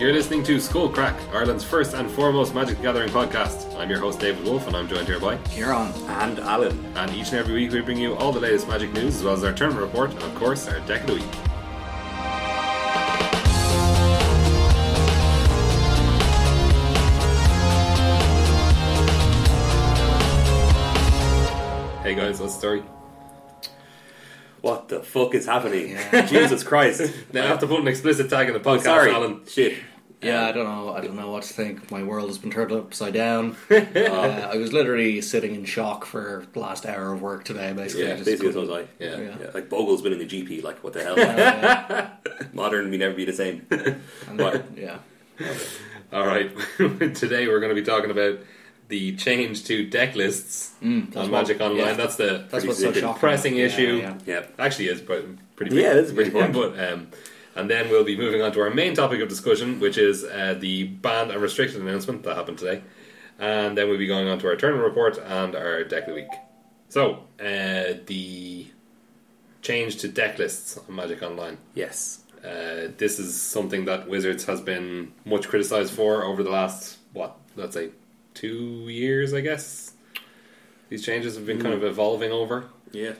listening to Skull Crack, Ireland's first and foremost Magic the Gathering podcast. I'm your host David Wolfe, and I'm joined here by Kieran and Alan. And each and every week we bring you all the latest Magic news, as well as our tournament report, and of course our deck of the week. Hey guys, what's the story? What the fuck is happening? Jesus Christ! Now I have to put an explicit tag in the podcast, Sorry, Alan. Shit. Yeah, I don't know. I don't know what to think. My world has been turned upside down. uh, I was literally sitting in shock for the last hour of work today, basically. I Yeah, just basically so couldn't- was I. Yeah. Yeah. Yeah, like Bogle's been in the GP. Like what the hell? Uh, Modern, we never be the same. and What? then- yeah. All right, today we're going to be talking about the change to deck lists Mm, that's on what- Magic Online. yeah. That's the That's Pretty what's so significant. shocking. pressing Yeah, issue. yeah. yeah. Actually, is pretty pretty. Yeah, it is a pretty big big but um, and then we'll be moving on to our main topic of discussion, which is uh, the banned and restricted announcement that happened today, and then we'll be going on to our tournament report and our deck of the week. So uh, the change to deck lists on Magic Online. Yes. Uh, this is something that Wizards has been much criticized for over the last what let's say two years, I guess. These changes have been kind of evolving over. Yeah.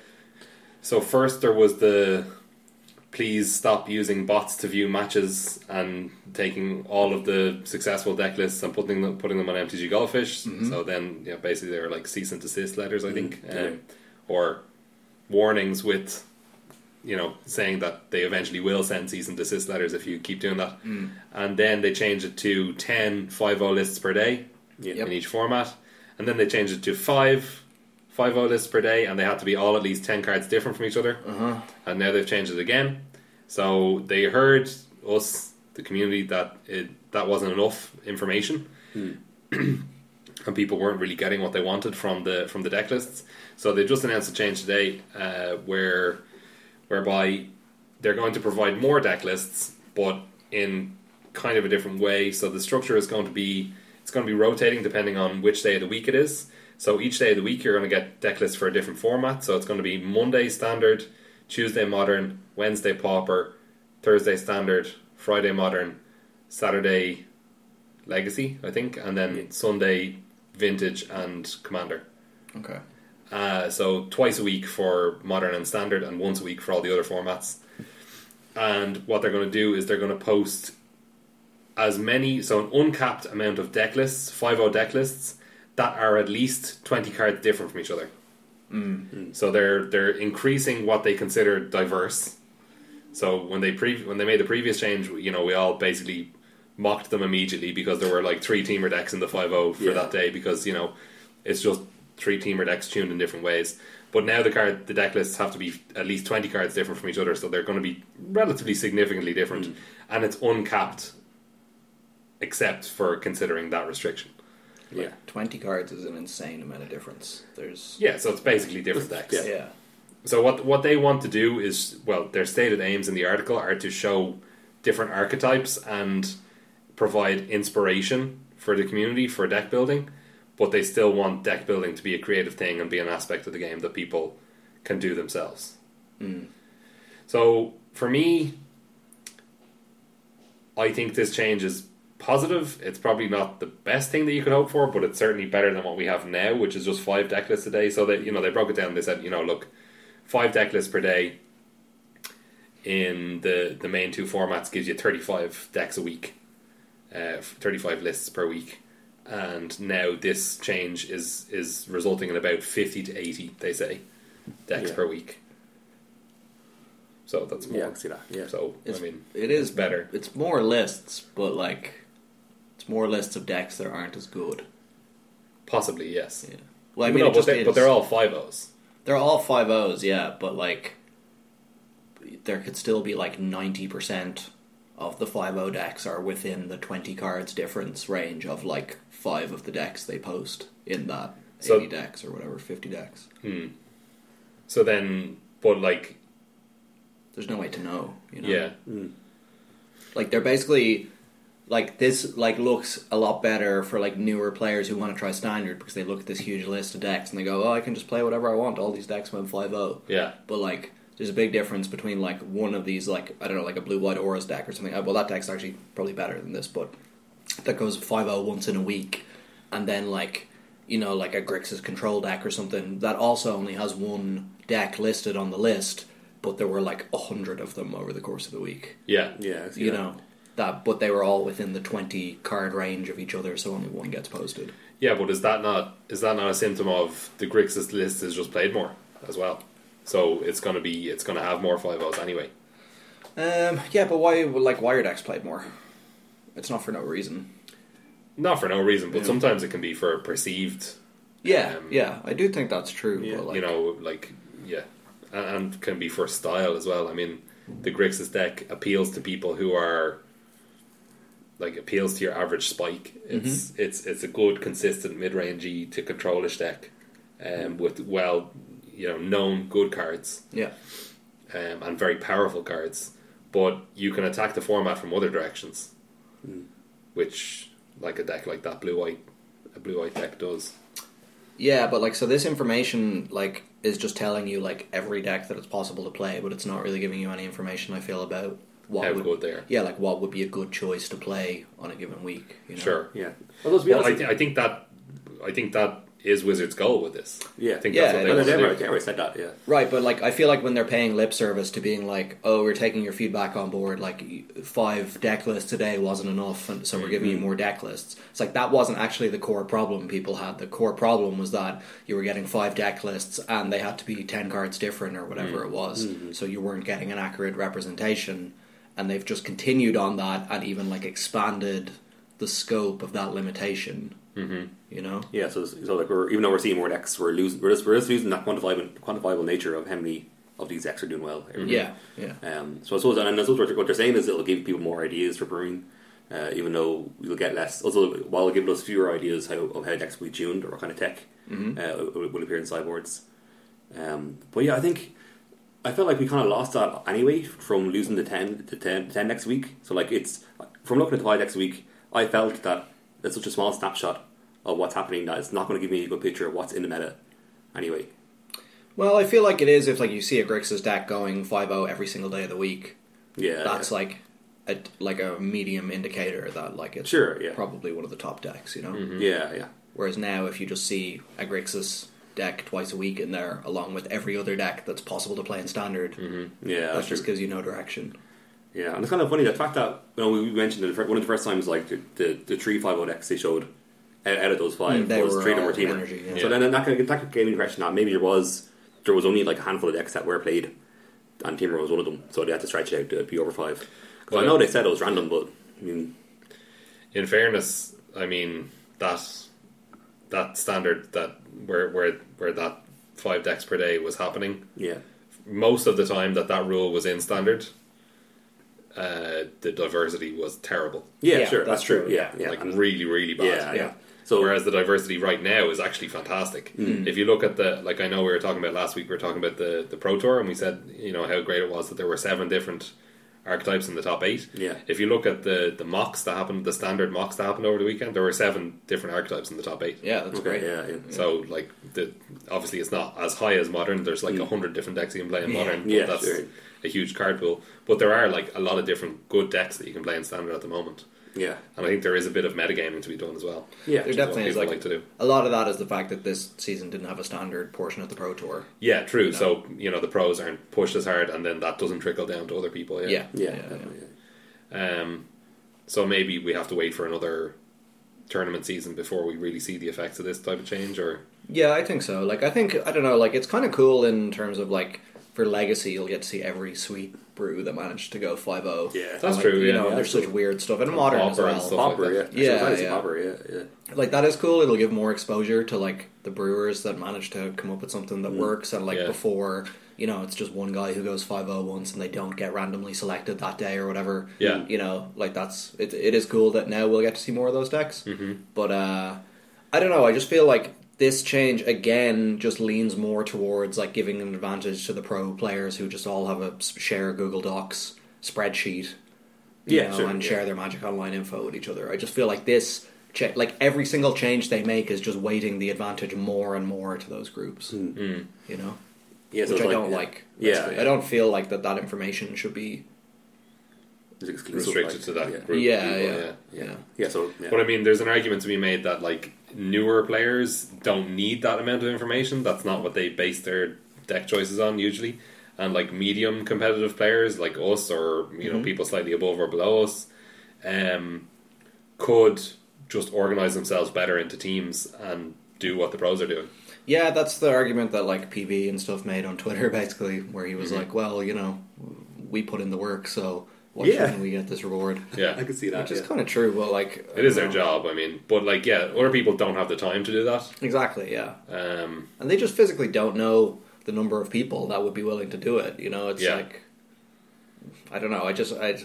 So first there was the please stop using bots to view matches and taking all of the successful deck lists and putting them putting them on MTG Goldfish. So then yeah, basically they were like cease and desist letters, I think, yeah. um, or warnings with you know saying that they eventually will send cease and desist letters if you keep doing that. And then they changed it to 10 5-0 lists per day Yeah. Yep. in each format. And then they changed it to five 5 lists per day, and they had to be all at least 10 cards different from each other. Uh-huh. And now they've changed it again. So they heard us, the community, that it, that wasn't enough information. and people weren't really getting what they wanted from the from the deck lists. So they just announced a change today uh, where whereby they're going to provide more deck lists, but in kind of a different way. So the structure is going to be it's going to be rotating depending on which day of the week it is. So each day of the week you're going to get deck lists for a different format. So it's going to be Monday standard, Tuesday modern, Wednesday pauper, Thursday standard, Friday modern, Saturday legacy, I think, and then Sunday vintage and commander. Okay. Uh, so twice a week for modern and standard, and once a week for all the other formats. And what they're going to do is they're going to post as many, so an uncapped amount of deck lists, 5 deck lists, that are at least 20 cards different from each other. So they're they're increasing what they consider diverse. So when they pre- when they made the previous change, you know, we all basically mocked them immediately because there were like three teamer decks in the 5-0 for Yeah. that day because you know it's just three teamer decks tuned in different ways. But now the card the deck lists have to be at least twenty cards different from each other, so they're going to be relatively significantly different, Mm. and it's uncapped, except for considering that restriction. Yeah. 20 cards is an insane amount of difference. There's. Yeah, so it's basically different decks. Yeah. Yeah. So what what they want to do is well, their stated aims in the article are to show different archetypes and provide inspiration for the community for deck building, but they still want deck building to be a creative thing and be an aspect of the game that people can do themselves. So for me, I think this change is positive. It's probably not the best thing that you could hope for, but it's certainly better than what we have now, which is just five deck lists a day. So they you know they broke it down. They said you know look, five deck lists per day in the the main two formats gives you thirty five decks a week, uh, thirty five lists per week. And now this change is is resulting in about fifty to eighty, they say, decks Yeah. per week. So that's more. Yeah. I can see that. Yeah. So It's, I mean, it is it's better. It's more lists, but like. It's more lists of decks that aren't as good. possibly yes. Yeah. Well, I mean, no, it but, just they, is. but they're all five O's. They're all five O's, yeah, but like there could still be like ninety percent of the five O decks are within the twenty cards difference range of like five of the decks they post in that So- eighty decks or whatever, fifty decks. So then, but like, There's no way to know, you know. yeah, Like they're basically like this like looks a lot better for like newer players who want to try standard because they look at this huge list of decks and they go, Oh, I can just play whatever I want, all these decks went five O. yeah, But like There's a big difference between like one of these, like I don't know, like a blue white auras deck or something. Uh, Well, that deck's actually probably better than this, but that goes 5-0 once in a week, and then like you know, like a Grixis control deck or something that also only has one deck listed on the list, but there were like a hundred of them over the course of the week Yeah. Yeah, I see you that. know that but they were all within the 20 card range of each other so only one gets posted Yeah, but is that not is that not a symptom of the Grixis list is just played more as well? So it's gonna be it's gonna have more five O's anyway. um yeah but why like wire decks played more it's not for no reason Not for no reason, but Yeah. sometimes it can be for perceived yeah Um, yeah i do think that's true yeah, but like you know, like yeah, and, and can be for style as well. I mean, the Grixis deck appeals to people who are like appeals to your average spike. Mm-hmm. It's it's it's a good, consistent mid rangey to controlish deck, um, with well, you know, known good cards yeah um, and very powerful cards. But you can attack the format from other directions, Mm. which like a deck like that blue white, a blue white deck does. yeah but like so this information like is just telling you like every deck that it's possible to play but it's not really giving you any information i feel about what How would good they are. yeah like what would be a good choice to play on a given week you know? Sure. Yeah. Although to be Well, I, honest, th- I think that I think that is Wizards' goal with this. yeah, I think Yeah, that's what it And they I never, I want to do. never said that. Yeah, Right, but like I feel like when they're paying lip service to being like, "Oh, we're taking your feedback on board. Like five deck lists today wasn't enough, and so we're giving you more deck lists." It's like that wasn't actually the core problem people had. The core problem was that you were getting five deck lists, and they had to be ten cards different or whatever it was, so you weren't getting an accurate representation. And they've just continued on that, and even like expanded the scope of that limitation. Mm-hmm. You know? yeah. So, so like we're even though we're seeing more decks, we're losing we're just, we're just losing that quantifiable quantifiable nature of how many of these decks are doing well. every Yeah, yeah. Um, so I suppose, and I suppose what they're- what they're saying is it'll give people more ideas for brewing, uh, even though we'll get less. Also, while giving us fewer ideas how, of how decks will be tuned or what kind of tech uh, will- will appear in sideboards. Um, but yeah, I think I felt like we kind of lost that anyway from losing the 10, the 10, 10 next week. So like it's from looking at the five next week, I felt that it's such a small snapshot of what's happening that it's not going to give me a good picture of what's in the meta anyway. Well, I feel like it is if like you see a Grixis deck going 5-0 every single day of the week. Yeah, That's like a like a medium indicator that like it's Sure, yeah. Mm-hmm. probably one of the top decks, you know. yeah, yeah. Whereas now, if you just see a Grixis deck twice a week in there, along with every other deck that's possible to play in Standard, Yeah, that that's true. just gives you no direction. Yeah, and it's kind of funny the fact that you know we mentioned that the fir- one of the first times like the the, the three five zero decks they showed out, out of those five Mm, they was were three all number teamer. energy, yeah. So then that kind of that kind of gave me the impression that maybe there was there was only like a handful of decks that were played, and teamer was one of them. So they had to stretch it out to be over five. 'Cause Well, I know they said it was random, but I mean, In fairness, I mean that that standard that where where where that five decks per day was happening yeah, most of the time that that rule was in standard. Uh, the diversity was terrible, yeah, Yeah, sure, that's that's true. true. Yeah, yeah, like and- really, really bad. yeah, yeah. yeah. So Whereas the diversity right now is actually fantastic. Hmm. If you look at the, like I know we were talking about last week, we were talking about the, the Pro Tour, and we said, you know, how great it was that there were seven different archetypes in the top eight. Yeah. If you look at the, the mocks that happened, the standard mocks that happened over the weekend, there were seven different archetypes in the top eight. Yeah, that's okay, great. yeah, yeah. So, like, the obviously it's not as high as modern. There's like a hundred different decks you can play in Yeah. modern. but Hmm. Yeah, that's sure. a huge card pool. But there are like a lot of different good decks that you can play in standard at the moment. yeah, And I think there is a bit of metagaming to be done as well. yeah, There Which is what definitely is people like, like to do. a lot of that is the fact that this season didn't have a standard portion of the Pro Tour. Yeah, true. So you know the pros aren't pushed as hard, and then that doesn't trickle down to other people. Yeah, Yeah. yeah, yeah. definitely, yeah. Um, so maybe we have to wait for another tournament season before we really see the effects of this type of change. Or Yeah, I think so. Like, I think I don't know. Like, it's kind of cool in terms of like for legacy, you'll get to see every sweet brew that managed to go five zero. Yeah. That's like, true, You yeah. know, Yeah, there's such weird stuff and modern as Pauper and well. stuff. Popper, yeah, like Yeah, Actually, I see yeah. Popper, yeah, yeah. Like that is cool. It'll give more exposure to like the brewers that managed to come up with something that works. And like Mm. Yeah. before, you know, it's just one guy who goes five zero once, and they don't get randomly selected that day or whatever. Yeah. You know, like that's it. It is cool that now we'll get to see more of those decks. Mm-hmm. But uh I don't know. I just feel like this change again just leans more towards like giving an advantage to the pro players who just all have a s- share Google Docs spreadsheet, you Yeah, know, sure, and yeah. share their Magic Online info with each other. I just feel like this. Cha- like every single change they make is just weighting the advantage more and more to those groups, you know. Yeah, so which it's I Mm. like- don't like. Yeah, basically. yeah. I don't feel like that. That information should be. It's exclusive, restricted like, to that yeah. group. of Yeah, people, yeah. Yeah. Yeah. Yeah, so yeah. But I mean, there's an argument to be made that like newer players don't need that amount of information. That's not what they base their deck choices on usually. And like medium competitive players like us, or you Mm-hmm. know, people slightly above or below us, um, could just organize themselves better into teams and do what the pros are doing. Yeah, that's the argument that like PB and stuff made on Twitter, basically, where he Mm-hmm. was like, "Well, you know, we put in the work, so why Yeah. shouldn't we get this reward?" Yeah, I can see that. Which is yeah. kind of true. Well, like it is you their know, job. I mean, but like, yeah, other people don't have the time to do that. Exactly. Yeah, Um, and they just physically don't know the number of people that would be willing to do it. You know, it's Yeah. like I don't know. I just I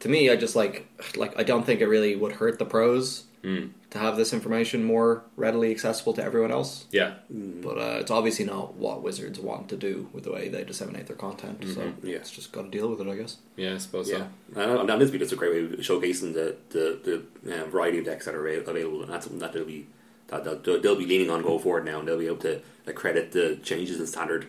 to me, I just like like I don't think it really would hurt the pros Hmm. to have this information more readily accessible to everyone else. yeah, But uh, it's obviously not what wizards want to do with the way they disseminate their content. So Mm-hmm. Yeah. it's just got to deal with it, I guess. yeah, I suppose Yeah, so. and on- on this video, it's a great way of showcasing the the, the uh, variety of decks that are avail- available, and that's something that they'll be that they'll- they'll, they'll be leaning on going forward now, and they'll be able to accredit the changes in standard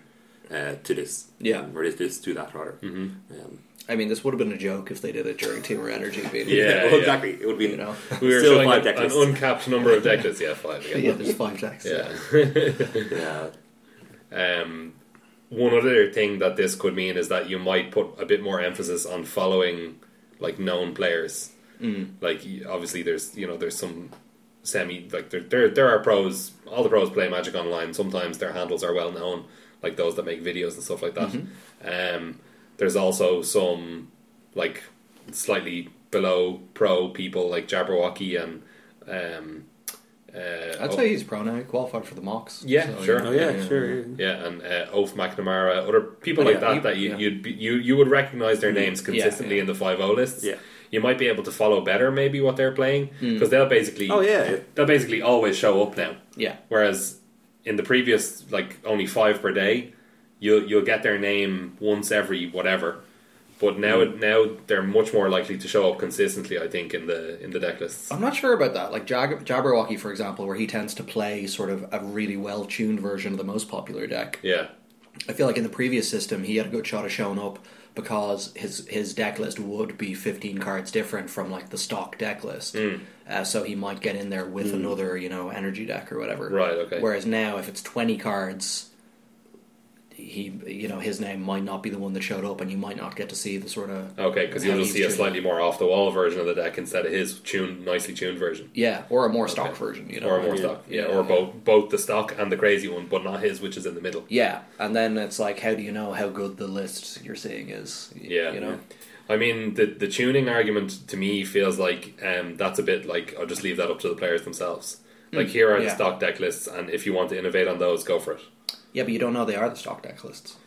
uh, to this, Yeah. or this, this to that rather. Mm-hmm. Um, I mean, this would have been a joke if they did it during Team Energy. Being, Yeah, well, yeah. exactly. It would be You know? We were still showing five an, deck an lists. uncapped number of deck lists. Yeah, five. yeah, there's five decks. Yeah. yeah, Um, one other thing that this could mean is that you might put a bit more emphasis on following like known players. Mm. Like y- obviously, there's you know there's some semi like there there there are pros. All the pros play Magic online. Sometimes their handles are well known, like those that make videos and stuff like that. Mm-hmm. Um, there's also some like slightly below pro people like Jabberwocky and um, uh, I'd O- say he's pro now. He qualified for the mocks. Yeah, sure. oh yeah, sure. yeah. yeah, and uh, Oaf McNamara, other people like that Yeah, you- that you Oh, yeah. Mm, you'd be, you you would recognize their names Yeah, consistently yeah. Mm. in the five O lists. Yeah. You might be able to follow better maybe what they're playing because they'll basically Oh yeah, they'll basically always show up now. Yeah. Whereas in the previous like only five per day, you'll you'll get their name once every whatever. But now Mm. now they're much more likely to show up consistently. I think in the in the deck lists. I'm not sure about that. Like Jag- Jabberwocky, for example, where he tends to play sort of a really well tuned version of the most popular deck. Yeah. I feel like in the previous system, he had a good shot of showing up because his his deck list would be 15 cards different from like the stock deck list. Hmm. Uh, so he might get in there with Hmm. another, you know, energy deck or whatever. Right, okay. Whereas now, if it's 20 cards, he you know his name might not be the one that showed up, and you might not get to see the sort of Okay, because you'll how just he's see a tuned. slightly more off the wall version of the deck instead of his tuned, nicely tuned version. yeah, or a more stock Okay. version, you know, or more yeah. stock, Oh, yeah, Yeah. or both both the stock and the crazy one, but not his, which is in the middle. Yeah, and then it's like, how do you know how good the list you're seeing is? Y- Yeah, you know, I mean the the tuning argument to me feels like um, that's a bit like I'll just leave that up to the players themselves. Like here are the yeah. stock deck lists, and if you want to innovate on those, go for it. yeah, but you don't know they are the stock deck lists.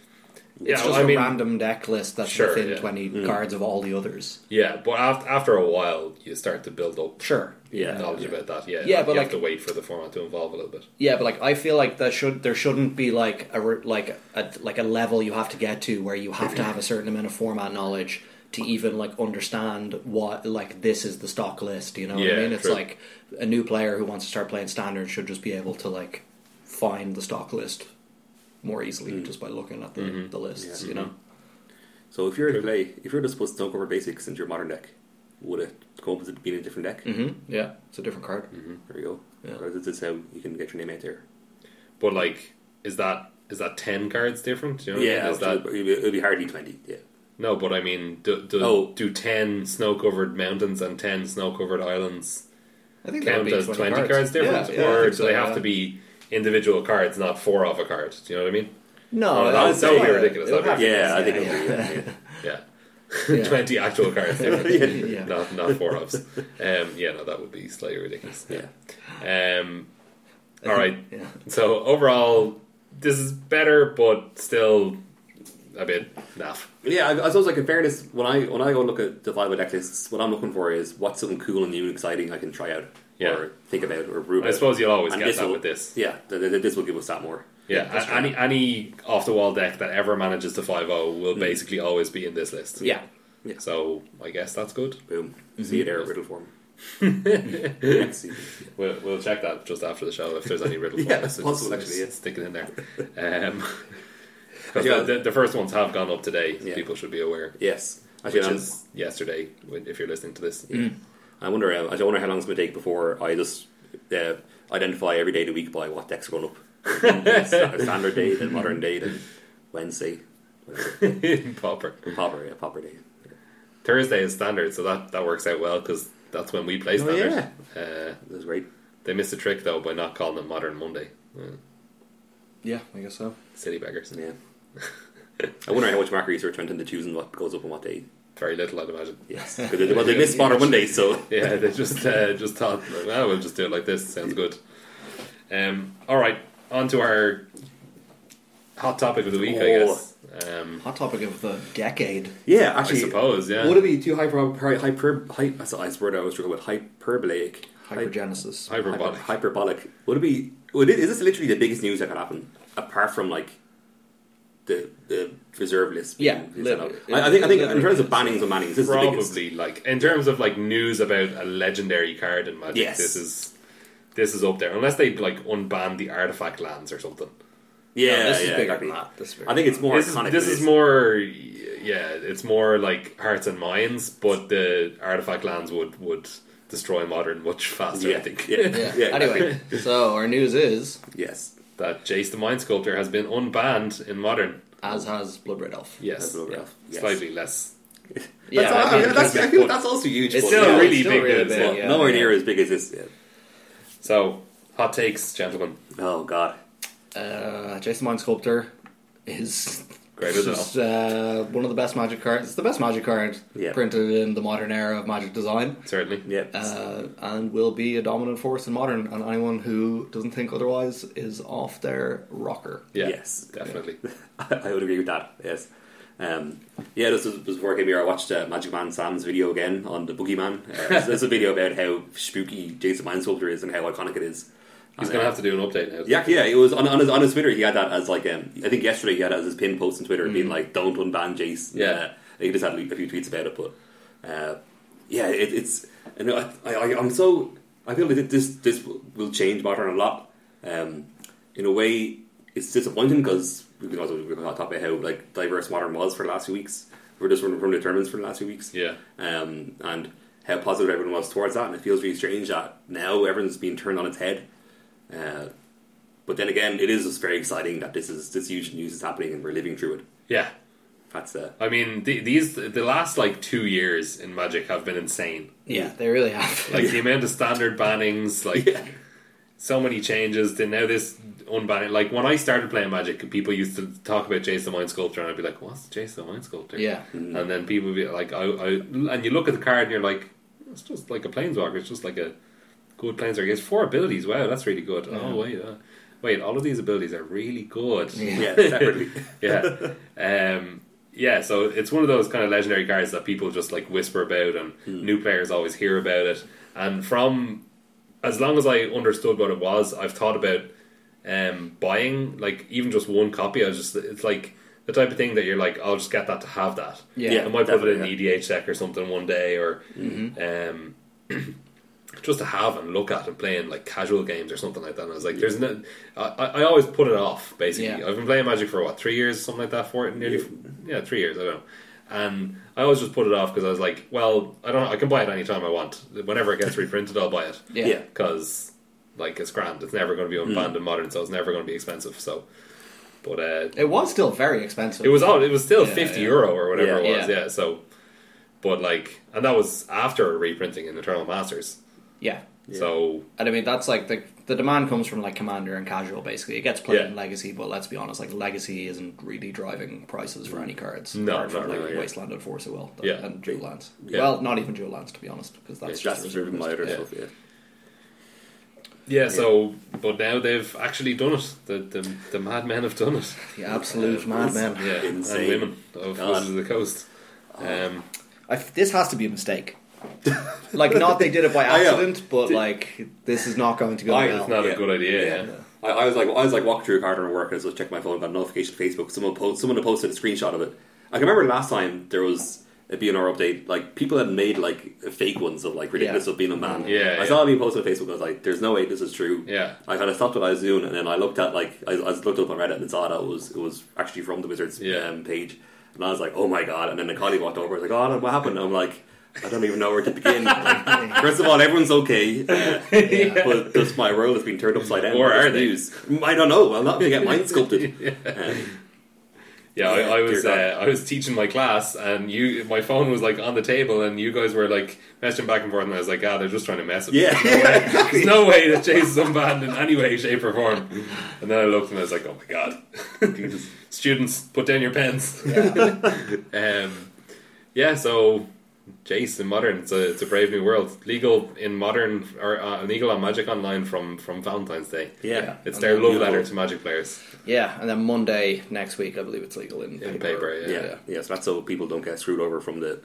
Yeah, it's well, just I a mean, random deck list that's Sure, within yeah. Mm. 20 cards of all the others. yeah, but after after a while, you start to build up Sure. yeah, knowledge yeah. about that. Yeah, Yeah, like, but you like- have to wait for the format to evolve a little bit. Yeah, but like I feel like there should there shouldn't be like a re- like a like a level you have to get to where you have to have a certain amount of format knowledge to even like understand what like this is the stock list, you know what Yeah, I mean? It's true. like a new player who wants to start playing standard should just be able to like find the stock list more easily Mm-hmm. just by looking at the, the lists, you know. So if you're to play, if you're just supposed to cover basics into your modern deck, would it come up with it being a different deck? Mm-hmm. Mhm. Yeah, it's a different card. There you go. Yeah. Or This is how you can get your name out there. But like, is that is that ten cards different? You know what I mean? Yeah, is that it'll be, it'll be hardly twenty. Yeah, No, but I mean, do do, Oh. do ten snow covered mountains and ten snow covered islands I think that would count be as twenty cards, difference, Yeah, yeah, I or think do so, they have yeah. to be individual cards, not four of a card? Do you know what I mean? No, Oh, that would- that would be yeah, ridiculous. it would That'd have yeah, I to be- think it'll be. Yeah, yeah. Yeah, Yeah. twenty actual cards difference, Yeah. not not four ofs. Um, yeah, no, that would be slightly ridiculous. yeah. Um, all right. Yeah. So overall, this is better, but still a bit naff. Yeah, I, I suppose like in fairness, when I when I go look at the five deck lists, what I'm looking for is what's something cool and new and exciting I can try out Yeah. or think about or brew. I about. suppose you'll always And get that will, with this. Yeah, th- th- this will give us that more. Yeah, that's a- any any off the wall deck that ever manages to 5 0 will Mm. basically always be in this list. Yeah. So I guess that's good. Boom. Mm-hmm. See you there, riddle form. Next season. We'll, we'll check that just after the show if there's any riddle Yeah, for us. possible, Just actually, yeah. Stick it in there. Um, Because Yeah. the, the, the first ones have gone up today, so Yeah. people should be aware. Yes, actually, Which I'm- is yesterday, when- if you're listening to this. I wonder. uh, I wonder how long it's going to take before I just uh, identify every day of the week by what decks are going up. It's a standard day, then modern day, then Wednesday, whatever. Popper. popper, yeah, popper day. Thursday is standard, so that, that works out well because that's when we play Oh, standard. Uh, It was great. they missed a trick, though, by not calling it Modern Monday. Uh, Yeah, I guess so. city beggars. Yeah. I wonder how much market research went into choosing what goes up on what day. Very little, I'd imagine. Yes, because they, well, they missed modern Monday, so Yeah, they just uh, just thought, like, well, we'll just do it like this. Sounds good. Um, all right, on to our hot topic of the week, I Oh. guess. Um, Hot topic of the decade. yeah. I Actually, suppose, yeah. would it be too hyper hyper, hyper, hy- that's the ice word I was struggling with hyperbolic? Hypergenesis. Hyperbolic. Hyper- hyperbolic. Would it be? Would it, is this literally the biggest news that could happen, apart from like the the reserve list? being Yeah, set up? lit- I, I think. I think in literally terms of is. bannings and mannings, this is the biggest. Probably, like in terms of like news about a legendary card in Magic, Yes. this is this is up there. Unless they like unban the artifact lands or something. Yeah, No, this yeah, is bigger exactly. than that. This is bigger I think it's than more this, iconic. is, this than is more yeah it's more like hearts and minds but the artifact lands would would destroy modern much faster Yeah, i think yeah, that. yeah. Yeah. Anyway, so our news is Yes. that jace the mind sculptor has been unbanned in modern as has Blood Red Elf. yes, Blood Red yeah. Elf, yes. slightly less Yeah, that's, I I, mean, mean, that's, I feel that's also huge. It's but- still yeah, really still big really news big, but- yeah. nowhere near as big as this. Yeah. so hot takes gentlemen Oh God. Uh, Jason Mind Sculptor is Great as just, uh, one of the best magic cards. It's the best magic card Yeah. printed in the modern era of magic design. certainly Yep. Uh, and will be a dominant force in modern, and anyone who doesn't think otherwise is off their rocker. yeah Yes. definitely I would agree with that. Yes. Um, yeah, this was, was before I came here. I watched uh, Magic Man Sam's video again on the Boogeyman. Uh, so this is a video about how spooky Jason Minesculptor is and how iconic it is. he's And, gonna uh, have to do an update now yeah, yeah. It was on, on his on his Twitter. He had that as like um, I think yesterday he had it as his pin post on Twitter, being like, "Don't unban Jace." Yeah. Uh, he just had a few tweets about it, but uh, yeah, it, it's and I, I I- I'm so I feel like this this will change modern a lot. Um, in a way, it's disappointing because we can also we can talk about how like diverse modern was for the last few weeks. We're just running from the tournaments for the last few weeks yeah um, and how positive everyone was towards that. And it feels really strange that now everyone's being turned on its head. Uh, but then again, it is just very exciting that this is this huge news is happening and we're living through it. yeah That's uh, i mean the, these the last like two years in magic have been insane Yeah, they really have. like the amount of standard bannings like yeah, so many changes to now this unbanning. Like when I started playing Magic, people used to talk about Jason the Mind Sculptor, and I'd be like, "What's Jason the Mind Sculptor?" yeah, Mm-hmm. and then people would be like, I, "I," and you look at the card and you're like, "It's just like a planeswalker. It's just like a good planeswalker. He has four abilities. Wow, that's really good. Oh wait, uh, wait, all of these abilities are really good. Yeah. yeah, separately. yeah, um, yeah. So it's one of those kind of legendary cards that people just like whisper about, and new players always hear about it. And from as long as I understood what it was, I've thought about um, buying like even just one copy. I was just it's like the type of thing that you're like, I'll just get that to have that. Yeah, Mm-hmm. I might put it in E definitely, EDH deck or something one day, or um, just to have and look at and play in like casual games or something like that. And I was like, there's no, I, I I always put it off basically. Yeah. I've been playing Magic for what three years, something like that, for it nearly, yeah, three years. I don't know. And I always just put it off because I was like, well, I don't, I can buy it anytime I want. Whenever it gets reprinted, I'll buy it yeah, Yeah. because like it's grand. It's never going to be unbanned in modern, so it's never going to be expensive. So, but uh, It was still very expensive. it was all it was still Yeah, fifty yeah. euro or whatever Yeah. it was. Yeah. Yeah. So, but like, and that was after reprinting in Eternal Masters. yeah, So and I mean that's like the the demand comes from like Commander and Casual. Basically, it gets played Yeah. in Legacy, but let's be honest, like Legacy isn't really driving prices for any cards. No, apart from, not like really, yeah. Wasteland and Force of Will, that- Yeah. and Dual Lands. Yeah. Well, not even Dual Lands to be honest, because that's It's just just driven by other yeah. stuff. Yeah. yeah, So but now they've actually done it. The the, the madmen have done it. The absolute Uh, madman. Yeah, Insane. and women of God. Wizards of the Coast. Um, I f this has to be a mistake. like, not they did it by I know. accident, but like this is not going to go I- well. it's not Yeah. a good idea. Yeah. I, I was like, I was like walking through a corridor at work, and I was checking my phone, got a notification on Facebook. Someone post, someone had posted a screenshot of it. I can remember last time there was a BNR update, like people had made like fake ones of like ridiculous Yeah. of being a man. Yeah, I saw a being posted on Facebook. and I was like, "There's no way this is true." Yeah. I kind of stopped what I was doing, and then I looked at like I, I looked up on Reddit and saw that it was it was actually from the Wizards Yeah. um, page, and I was like, "Oh my god!" And then the colleague walked over, I was like, "Oh, what happened?" And I'm like, "I don't even know where to begin." Like, first of all, everyone's okay, uh, but just my world has been turned upside down. Or by this are they? news. I don't know. I'm not going to get mine sculpted. Um, Yeah, Yeah, I, I was uh, dear I was teaching my class, and you my phone was like on the table, and you guys were like messaging back and forth, and I was like, ah, they're just trying to mess with me." yeah. There's no way that Chase is unbanned in any way, shape, or form. And then I looked and I was like, oh my god. Students, put down your pens. um, yeah, so Jace in Modern, it's a, it's a brave new world. Legal in Modern, or uh, legal on Magic Online from, from Valentine's Day. yeah. It's And their then love legal- letter to Magic players. Yeah, and then Monday next week, I believe it's legal in, In paper, paper. yeah. Yeah, yeah. so that's so people don't get screwed over from the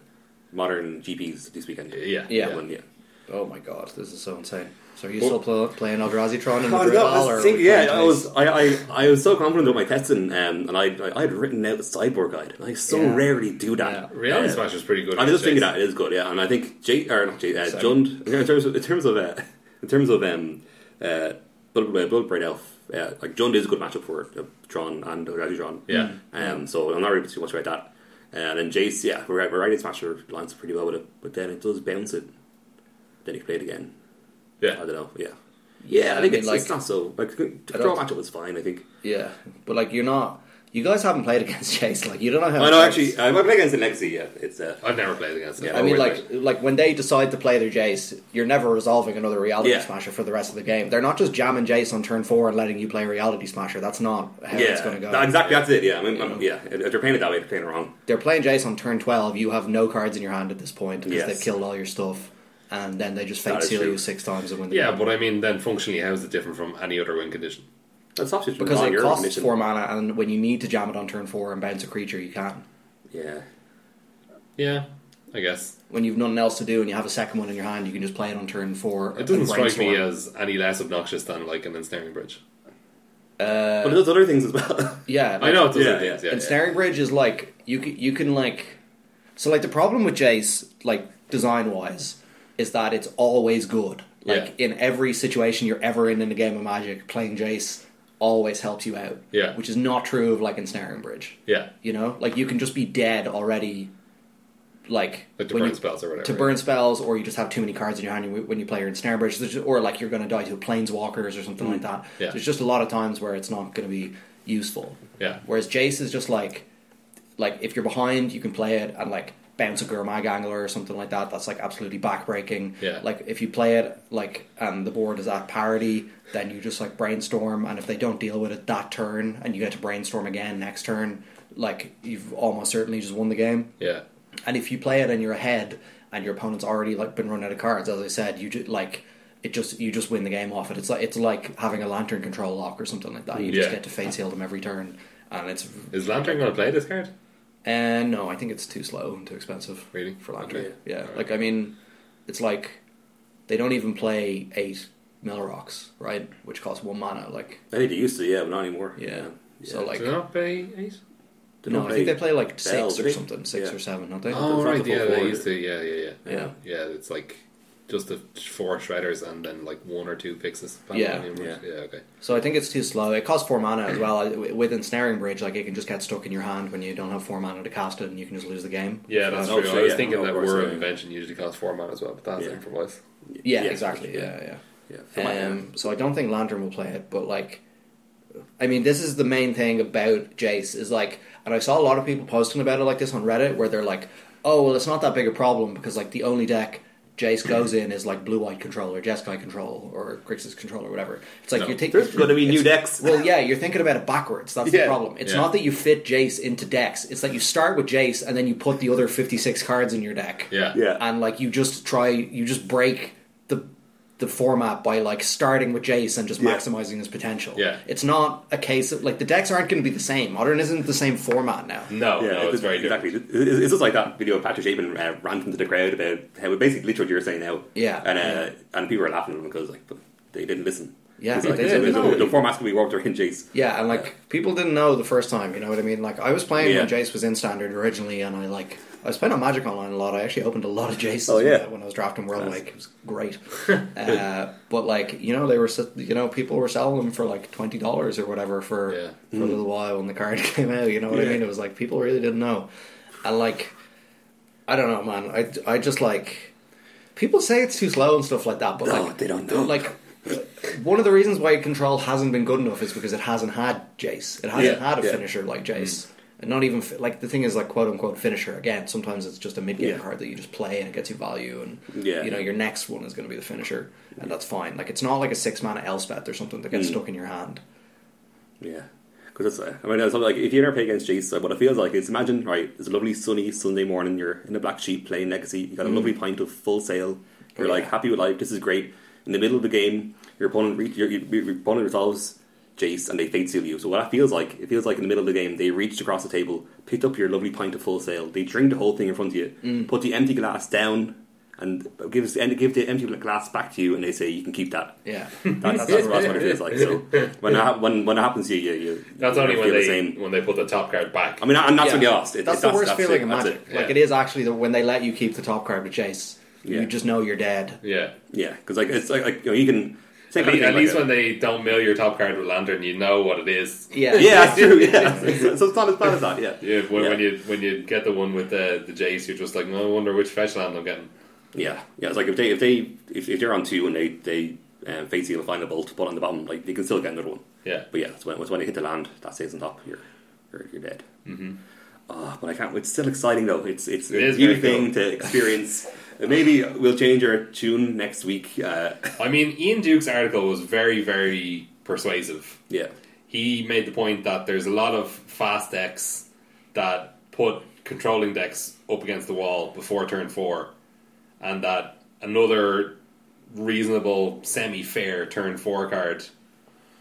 modern GPs this weekend. Yeah. Yeah. That one, yeah. Oh my god, this is so insane. So are you Well- still pl- playing Eldrazi Tron in the Oh, Druid no, Ball, I or are was we thinking, playing yeah, I Jace? was, I, I, I was so confident with my testing, um, and I, I, I had written out the sideboard guide, and I so Yeah. rarely do that. Yeah. Reality Uh, Smash is pretty good. I'm just Jace. thinking that it is good, yeah. And I think Jay or not Jay, uh, Sorry. Jund in terms of in terms of uh, in terms of um uh Blood, uh, Blood Bright Elf, uh, like Jund is a good matchup for uh, Tron and Tron. Yeah. Um. So I'm not really too much about that. Uh, And then Jace, yeah, we're we're riding Smasher lines pretty well with it, but then it does bounce it. Then you can play it again. I Yeah. don't know. Yeah. Yeah, I, I think mean, it's, like- it's not so like the I draw don't- matchup is fine. I think. Yeah, but like you're not. You guys haven't played against Chase. Like you don't know how. I it know. works. Actually, oh, I might play against the Legacy. Yeah, it's uh, I've never played against Yeah, them. I mean, we're like, like when they decide to play their Jace, you're never resolving another Reality Yeah. Smasher for the rest of the game. They're not just jamming Jace on turn four and letting you play Reality Smasher. That's not how yeah, it's going to go. that- exactly. That's it. Yeah, I mean, yeah. yeah. If they're playing it that way, they're playing it wrong. They're playing Jace on turn twelve. You have no cards in your hand at this point because Yes. they've killed all your stuff, and then they just fake That is seal true. you six times and win the Yeah, game. but I mean, then functionally, how is it different from any other win condition? That's obviously because wrong, it your costs definition. four mana, and when you need to jam it on turn four and bounce a creature, you can. Yeah, Yeah, I guess When you've nothing else to do and you have a second one in your hand, you can just play it on turn four. it doesn't and strike me brainstorm. as any less obnoxious than like an ensnaring bridge. Uh, but it does other things as well. yeah, I know it does Yeah, yeah, things. yeah. Yeah, and yeah. Snaring Bridge is like you can, you can like so like the problem with Jace like design wise is that it's always good. Like in every situation you're ever in in the game of Magic, playing Jace always helps you out. Yeah. which is not true of like Ensnaring Bridge. yeah, You know, like you can just be dead already. Like, like to when burn you- spells or whatever. to burn spells, or you just have too many cards in your hand when you play your ensnare bridge, There's ju- or like you're going to die to planeswalkers or something like that. Mm. Yeah. There's just a lot of times where it's not going to be useful. Yeah. Whereas Jace is just like, like if you're behind, you can play it and like bounce a Gurmag angler or something like that. That's like absolutely backbreaking. Yeah. Like if you play it like and the board is at parity, then you just like brainstorm, and if they don't deal with it that turn, and you get to brainstorm again next turn, like you've almost certainly just won the game. Yeah, And if you play it and you're ahead and your opponent's already like been run out of cards, as I said, you just like it just you just win the game off it. It's like it's like having a lantern control lock or something like that. You just Yeah. get to face heal them every turn, and it's is Lantern going to play this card? and no, I think it's too slow and too expensive Really? for lantern. Okay. Yeah, Alright. like I mean, it's like they don't even play eight Milrocks, right? Which cost one mana. Like I think they used to, yeah, but not anymore. yeah, yeah. so like. Do they not play eight? They no, don't I think they play like Bell, six do or they? something, six Yeah. or seven, don't they? Oh it's not right, the yeah, full they forward. used to. Yeah, yeah, yeah, Yeah. yeah. It's like just the four shredders and then like one or two fixes. Yeah. yeah, yeah. Okay. So I think it's too slow. It costs four mana as well. I- With ensnaring bridge, like it can just get stuck in your hand when you don't have four mana to cast it, and you can just lose the game. Yeah, that's Oh, true. so I was yeah, thinking no, that of course, War of yeah. Invention usually costs four mana as well, but that's Yeah. improvise. Yeah, Yeah, exactly. yeah. Yeah, yeah. For my, yeah. um, Um, so I don't think Lantern will play it, but like, I mean, this is the main thing about Jace is like, and I saw a lot of people posting about it like this on Reddit, where they're like, "Oh, well, it's not that big a problem because like the only deck." Jace goes in is like blue white control or Jeskai control or Grixis control or whatever. It's like No. you're taking. there's going to be new decks. Well, yeah, you're thinking about it backwards. That's Yeah. the problem. It's Yeah. not that you fit Jace into decks. It's that you start with Jace and then you put the other 56 cards in your deck. Yeah, Yeah. And like you just try, you just break the the format by like starting with Jace and just Yeah. maximizing his potential. Yeah. It's not a case of like the decks aren't going to be the same. Modern isn't the same format now. Hmm. Oh, No, yeah, no, it's very different. exactly. It- It's just like that video of Patrick Shapen uh, ranting to the crowd about how basically literally what you're saying now. Yeah. and uh, and people were laughing at him because like but they didn't listen. Yeah, It's like, they did, it's- it's- no. the formats can be warped around Jace. Yeah, and like people didn't know the first time, you know what I mean? Like I was playing when Yeah. Jace was in standard originally, and I like I was playing on Magic Online a lot. I actually opened a lot of Jaces Oh, yeah. when I- when I was drafting World Wake. It was great, uh, but like you know they were s- you know people were selling them for like twenty dollars or whatever for Yeah. for a little while when the card came out. You know what I Yeah. mean? It was like people really didn't know, and like I don't know, man. I I just like people say it's too slow and stuff like that, but No, like they don't know. like one of the reasons why control hasn't been good enough is because it hasn't had Jace. It hasn't Yeah, had a yeah. Mm-hmm. finisher like Jace. And not even fi- like the thing is like quote unquote finisher again. Sometimes it's just a mid game Yeah. card that you just play and it gets you value, and Yeah. you know your next one is going to be the finisher, and that's fine. Like it's not like a six mana Elspeth or something that gets Mm. stuck in your hand. Yeah. Because it's, uh, I mean, it's something like if you ever play against Jace, like, what it feels like is imagine, right, it's a lovely sunny Sunday morning, you're in a black sheep playing Legacy, you got a lovely pint of full sail, you're like Yeah. happy with life, this is great. In the middle of the game, your opponent, re- your, your, your opponent resolves Jace and they fate seal you. So what that feels like, it feels like in the middle of the game, they reached across the table, picked up your lovely pint of full sail, they drink the whole thing in front of you, put the empty glass down, and gives and give the empty glass back to you, and they say you can keep that. Yeah, That's, that's, that's what it feels like. So when that, when when it happens, to you, you, you That's you only when feel they the same. when they put the top card back. I mean, and that's when Yeah. you lost. It, that's it- the worst that's feeling it, in that's Magic. it. Like yeah. it is actually the, when they let you keep the top card with Jace, Yeah. you just know you're dead. yeah. Yeah, because like it's like, like you, know, you can. Same At, kind le- of at thing, least like when they don't mill your top card with lantern, you know what it is. Yeah, a- yeah, that's true. Yeah, so it's not as bad as that. Yeah, Yeah, when, when Yeah. you when you get the one with the the Jace, you're just like, no, I wonder which fetch land I'm getting. yeah, yeah. It's like if they if they if, if they're on two and they they um, face you and find a bolt put on the bottom, like they can still get another one. Yeah, But yeah, it's when, it's when they hit the land that stays on top. You're you're, you're dead. Mm-hmm. but I can't. It's still exciting though. It's it's It a is new very cool. thing to experience. Uh, Maybe we'll change our tune next week. Uh, I mean, Ian Duke's article was very very persuasive. yeah, He made the point that there's a lot of fast decks that put controlling decks up against the wall before turn four, and that another reasonable semi-fair turn four card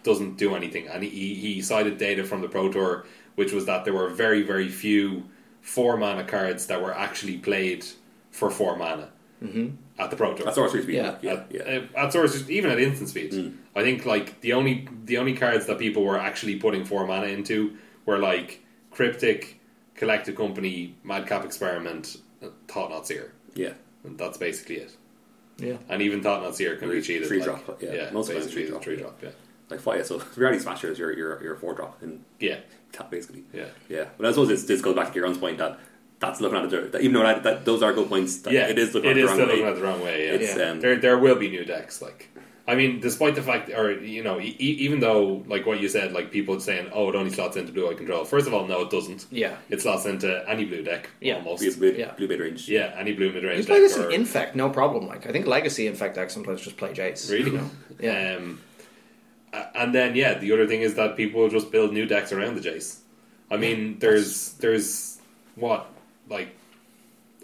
doesn't do anything. And he, he cited data from the Pro Tour, which was that there were very, very few four mana cards that were actually played for four mana mm-hmm. at the Pro Tour. that's sorcery speed. Yeah. yeah, at, yeah. Mm. uh, at source, just even at instant speed. I think like the only the only cards that people were actually putting four mana into were like cryptic, collective company, madcap experiment, uh, thought not seer. Yeah. And that's basically it. yeah. And even thought not seer can Three- be cheated. three like, drop, yeah. Most of them basically three it's a drop, three yeah. drop. Yeah, Like five, yeah, so reality smasher is your your your four drop and yeah, tap basically. yeah. Yeah. But I suppose this this goes back to Kieran's point that that's looking at it. there- That even though that, that those are good points, that yeah, it is looking it at is the still wrong way. looking at the wrong way. Yeah. It's, Yeah. um, there there will be new decks like I mean despite the fact or you know e- e- even though like what you said like people saying oh it only slots into blue eye control first of all no it doesn't Yeah. it slots into any blue deck Yeah. almost it's mid, Yeah. blue mid range. yeah any blue mid You range play deck this in or- Infect, no problem. Like I think Legacy Infect decks sometimes just play Jace. really Yeah. um, a- and then yeah the other thing is that people just build new decks around the Jace I mean there's there's what like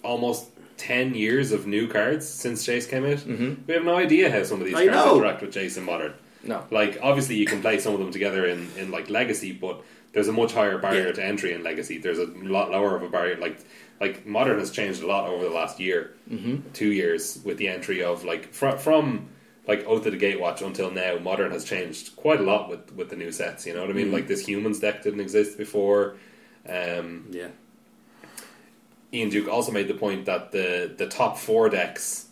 almost 10 years of new cards since Jace came out mm-hmm. we have no idea how some of these I cards know. interact with Jace in modern No. Like obviously you can play some of them together in, in like legacy, but there's a much higher barrier Yeah. to entry in legacy. There's a lot lower of a barrier. Like like modern has changed a lot over the last year, mm-hmm. two years with the entry of like fr- from like Oath of the Gatewatch until now. Modern has changed quite a lot with with the new sets. You know what I mean? Like this humans deck didn't exist before. Um, Yeah. Ian Duke also made the point that the the top four decks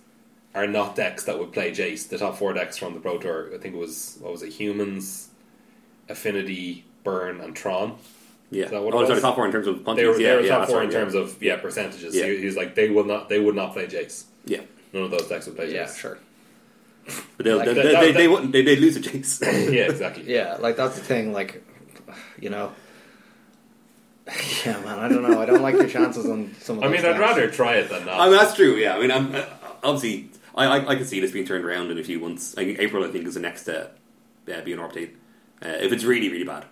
are not decks that would play Jace. The top four decks from the Pro Tour, I think it was what was it, Humans, Affinity, Burn, and Tron. Yeah. Is that what oh, it sorry, was? top four in terms of They quantities. were, yeah, they were yeah, top that's four right, in yeah. terms of yeah percentages. Yeah. He, he was like they will not they would not play Jace. Yeah. None of those decks would play Yeah, Jace. sure. But they'll, Like, they, that- they, that- they, that- they wouldn't they they lose a chase. yeah, exactly. Yeah, like that's the thing. Like, you know. Yeah, man. I don't know. I don't like your chances on some. of I those mean, I'd decks. rather try it than not. I mean, that's true. Yeah, I mean, I'm, uh, obviously, I, I I can see this being turned around in a few months. I think April, I think, is the next uh, uh, be an update. Uh, if it's really really bad,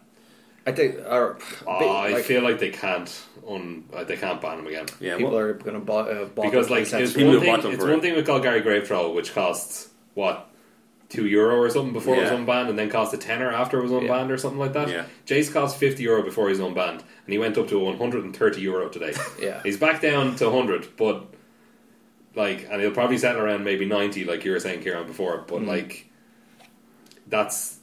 I think. Or, Oh, I like, feel like they can't un, like, they can't ban him again. yeah, people well, are going to buy. Uh, bother because like playing it's sets. People one who bought them thing, it's for one it. thing with Golgari Grave Troll, which costs what two euro or something before it Yeah. was unbanned, and then cost a tenner after it was unbanned or something like that. Yeah. Jace cost fifty euro before he was unbanned, and he went up to one hundred and thirty euro today. Yeah. he's back down to hundred, but Mm. like, and he'll probably settle around maybe ninety, like you were saying, Kieran, before. But like, that's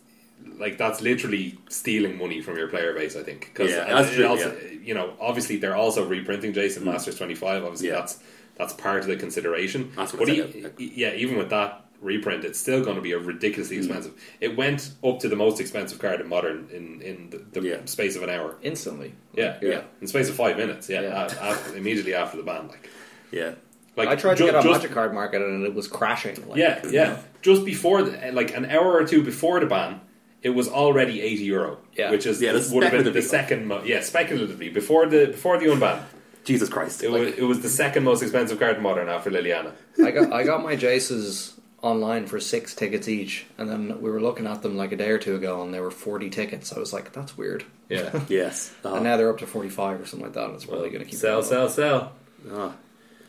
like that's literally stealing money from your player base. I think because Yeah, that's true, also, you know obviously they're also reprinting Jason Masters twenty five. Obviously Mm. Yeah. that's that's part of the consideration. That's what but I e- said, yeah. e- yeah, even with that reprint, it's still going to be a ridiculously Mm. expensive. It went up to the most expensive card in modern in in the, the Yeah. space of an hour. instantly. Yeah, Yeah. in the space of five minutes. Yeah, Yeah. a- af- immediately after the ban, like Yeah. like I tried ju- to get on just- Magic Card Market and it was crashing. Like, Yeah, yeah. Just before, the, like an hour or two before the ban, it was already eighty euro, Yeah. which is Yeah, that's would have been the speculatively. second. Mo- yeah, speculatively before the before the unban, Jesus Christ. it, Like, was, it was the second most expensive card in modern after Liliana. I got I got my Jaces online for six tickets each, and then we were looking at them like a day or two ago, and they were forty tickets. I was like, that's weird. Yeah, yes. And Oh, now they're up to forty five or something like that. And it's probably going to keep sell, going sell, up. sell. oh.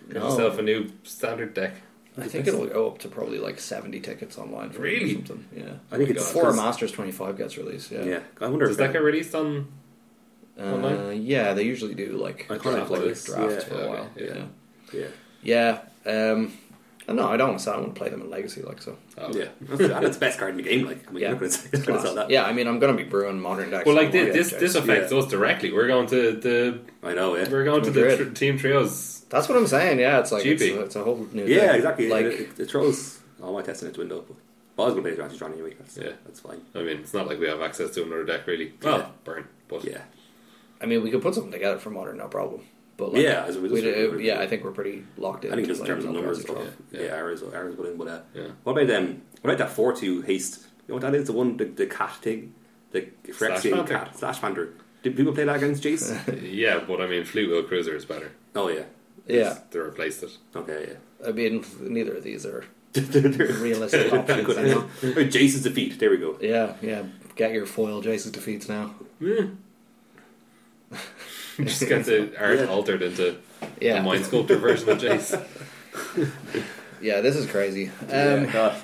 Get No. yourself a new standard deck. I think it'll go up to probably like seventy tickets online. For Really? Something. Yeah. I think it's Before 'cause- Masters twenty five gets released. Yeah. Yeah. I wonder Does if that get released on? Uh, yeah, they usually do like I can't draft, like place, draft yeah. for Yeah, a while. okay, yeah. Yeah. Yeah. Yeah. Um, and no, I don't want to sell. I want to play them in Legacy, like so. Oh. Yeah. That's, and it's the best card in the game. Like, I mean, Yeah. yeah. you're not going to sell that. Yeah, I mean, I'm going to be brewing modern decks. Well, like I'm gonna this, get this, this Jaces. affects us directly. We're going to the I know, yeah. we're going to the Madrid. tr- team trios. That's what I'm saying. Yeah, it's like it's, GB. it's a whole new. Yeah, thing. exactly. Like, it, it, it throws all my tests in its window. But I was going to play Jurassic John anyway. That's, Yeah. that's fine. I mean, it's not like we have access to another deck really. Well, Yeah. burn, but Yeah. I mean, we could put something together for modern, no problem. But like, Yeah, as we- we do- yeah, I think we're pretty locked in. I think just in like, terms of no numbers, and concept. stuff. yeah. Yeah, Arrows, Arrows would in, but uh, Yeah. what about um, what about that four two haste? You know what that is? The one the, the cat thing, the Slash Phyrexian Panther. cat slash panther. Did people play that against Jace? yeah. But I mean, Fleet Wheel Cruiser is better. oh yeah. Yeah, They replaced it. Okay. I mean, neither of these are Yeah. realistic options. Um, you know? Oh, Jace's defeat. There we go. Yeah, yeah. Get your foil Jace's defeats now. Just get the art Yeah. altered into a Yeah, mind sculptor version of Jace. yeah. This is crazy. Um, yeah. God.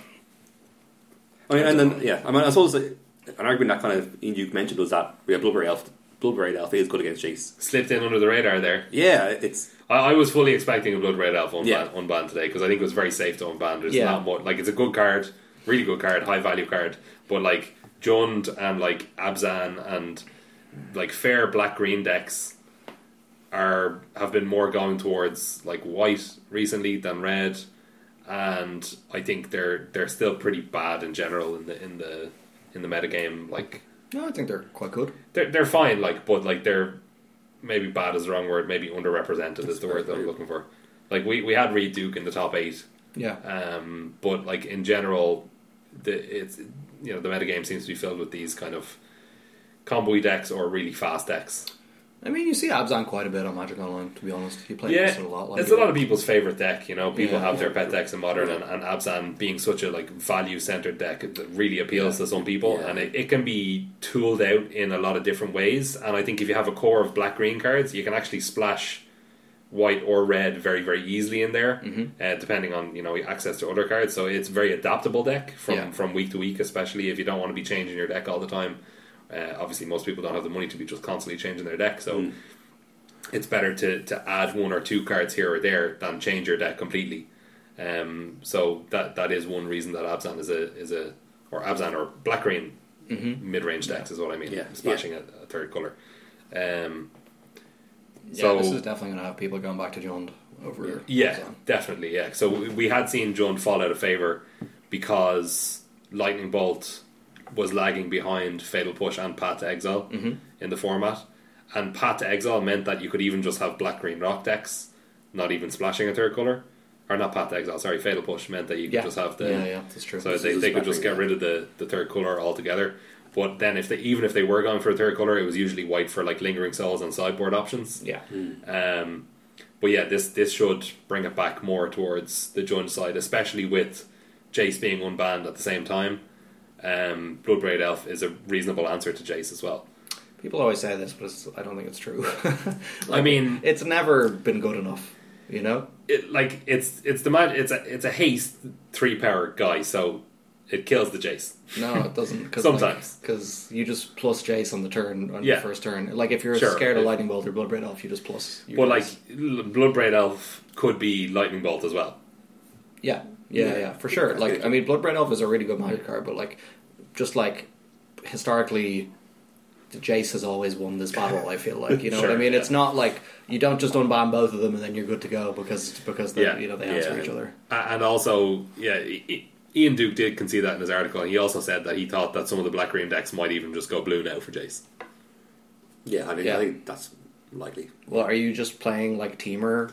I mean, and then yeah, I mean, I suppose uh, an argument that kind of Duke mentioned was that yeah, Bloodberry Elf, Bloodberry Elf is good against Jace. Slipped in under the radar there. Yeah, it's I, I was fully expecting a Blood Red Elf unban, Yeah. unban today because I think it was very safe to unban. There's Yeah. not more. Like, it's a good card, really good card, high value card. But, like, Jund and, like, Abzan and, like, fair black green decks are have been more going towards, like, white recently than red. And I think they're they're still pretty bad in general in the in the in the metagame. Like No, I think they're quite good. they're they're fine, like, but like they're maybe bad is the wrong word, maybe underrepresented is the word that I'm looking for. Like we we had Reed Duke in the top eight, Yeah, um, but like in general, the it's you know the metagame seems to be filled with these kind of combo decks or really fast decks. I mean, you see Abzan quite a bit on Magic Online. To be honest, you play yeah, this a lot. Like it's a lot of people's favorite deck. You know, people Yeah. have their pet decks in modern, and, and Abzan being such a like value centered deck it really appeals to some people, Yeah. and it, it can be tooled out in a lot of different ways. And I think if you have a core of black green cards, you can actually splash white or red very very easily in there, Mm-hmm. uh, depending on you know access to other cards. So it's very adaptable deck from Yeah. from week to week, especially if you don't want to be changing your deck all the time. Uh, obviously, most people don't have the money to be just constantly changing their deck, so Mm. it's better to, to add one or two cards here or there than change your deck completely. Um, so that that is one reason that Abzan is a is a or Abzan or Black Green mid range decks is what I mean. Yeah, Splashing A, a third color. Um, yeah, so- this is definitely going to have people going back to Jund over. yeah, Abzan. definitely. Yeah. So we, we had seen Jund fall out of favor because Lightning Bolt was lagging behind Fatal Push and Path to Exile Mm-hmm. in the format, and Path to Exile meant that you could even just have Black Green Rock decks, not even splashing a third color, or not Path to Exile. Sorry, Fatal Push meant that you could Yeah. just have the yeah, yeah, that's true. so they, just they could Black just Green, get yeah. rid of the, the third color altogether. But then if they even if they were going for a third color, it was usually white for like lingering souls and sideboard options. yeah. Um, but yeah, this this should bring it back more towards the joint side, especially with Jace being unbanned at the same time. Um, Bloodbraid Elf is a reasonable answer to Jace as well. People always say this, but it's, I don't think it's true. I mean, it's never been good enough, you know. it, like it's it's the mag- it's a it's a haste three power guy, so it kills the Jace. No, it doesn't. Cause Sometimes. because you just plus Jace on the turn on Yeah. the first turn. Like if you're Sure, scared of yeah. lightning bolt or blood red elf, you just plus. your But like Jace. L- Bloodbraid Elf could be Lightning Bolt as well. yeah, yeah, yeah, for sure. Like I mean, blood red elf is a really good magic card, but like just like historically, the Jace has always won this battle. I feel like you know what Sure, I mean. yeah. It's not like you don't just unban both of them and then you're good to go because because they, Yeah, you know they yeah. answer each other. A- And also, yeah, I- I- Ian Duke did concede that in his article, and he also said that he thought that some of the black green decks might even just go blue now for Jace. Yeah, I think, Yeah. I think that's likely. Well, are you just playing like teamer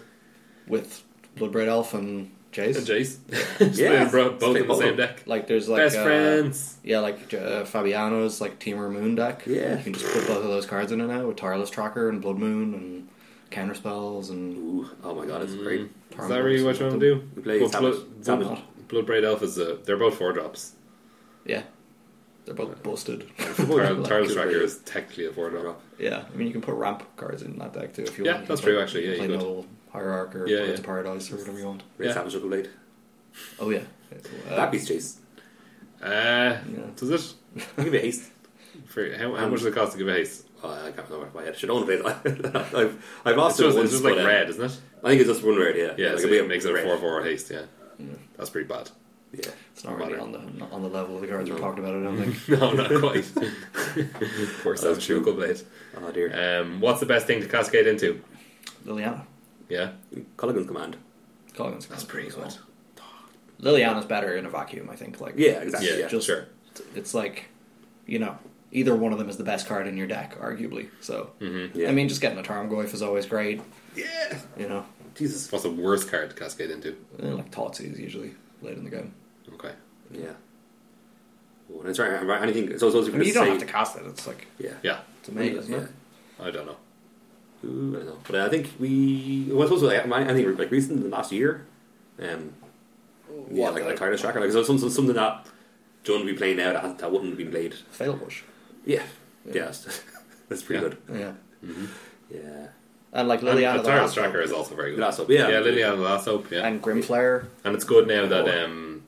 with Bloodbraid Elf and Jace? And Jace, Just Yeah, playing bro- let's both play in the both. same deck. Like there's like Best uh, friends. Yeah, like uh, Fabiano's like Teamer Moon deck. Yeah. you can just put both of those cards in it now with Tireless Tracker and Blood Moon and counter spells and Ooh, oh my god, it's great. Is that really what you want to do? We play Savage. Blood, Savage. Blood- Bloodbraid Elf is a. They're both four drops. Yeah, they're both busted. Tar- Like, Tarl's Tracker Bloodbraid. is technically a four drop. Drop. yeah, I mean you can put ramp cards in that deck too if you Yeah, want. You that's can true, play- actually, you yeah, can you play could. Noble Hierarch or Yeah, Birds yeah. of Paradise or whatever you want. Great Yeah. Savage Knuckle Blade. Oh yeah, that beats Chase. Uh, Does it? I'll give it haste. For, how, how much does it cost to give a haste? Oh, I can't remember my head. I should own it. I've, I've It's just, lost it it's once. just like but, uh, red, isn't it? I think it's just one red, yeah. Yeah, like so bit it makes it a red. four four haste. Yeah, that's pretty bad. Yeah. it's not really on the not on the level of the cards we're No. talking about. I don't think. No, not quite. Poor Savage true. Knuckle Blade. Oh dear. Um, what's the best thing to cascade into? Liliana, Yeah, Colligan's Command. Colligan's that's pretty good. Liliana's better in a vacuum, I think. Like Yeah, exactly. yeah, Yeah, just- sure. it's like you know either one of them is the best card in your deck arguably so Hmm. Yeah. i mean just getting a tarmogoyf is always great Yeah. you know Jesus. What's the worst card to cascade into? Eh, like Totsie is usually late in the game Okay, Yeah. Oh, that's right. I'm right. Anything. So, so, so I mean, you don't have to cast it it's like Yeah. yeah, it's amazing isn't Yeah. it I don't know. Ooh, I don't know. But uh, I think we. Well, I suppose like, I I think like recent in the last year. Um. Yeah, What, like the- like Titus Tracker, like so something something that John would be playing now that, that wouldn't have been played. fail bush Yeah. Yeah. that's- that's pretty Yeah. good. yeah Yeah. and like And Liliana the the Tyrus last Tracker one, is also very The good. last up. Yeah. yeah, Liliana the Last Hope. Yeah, and, and Grimflare it's good now that Oh. um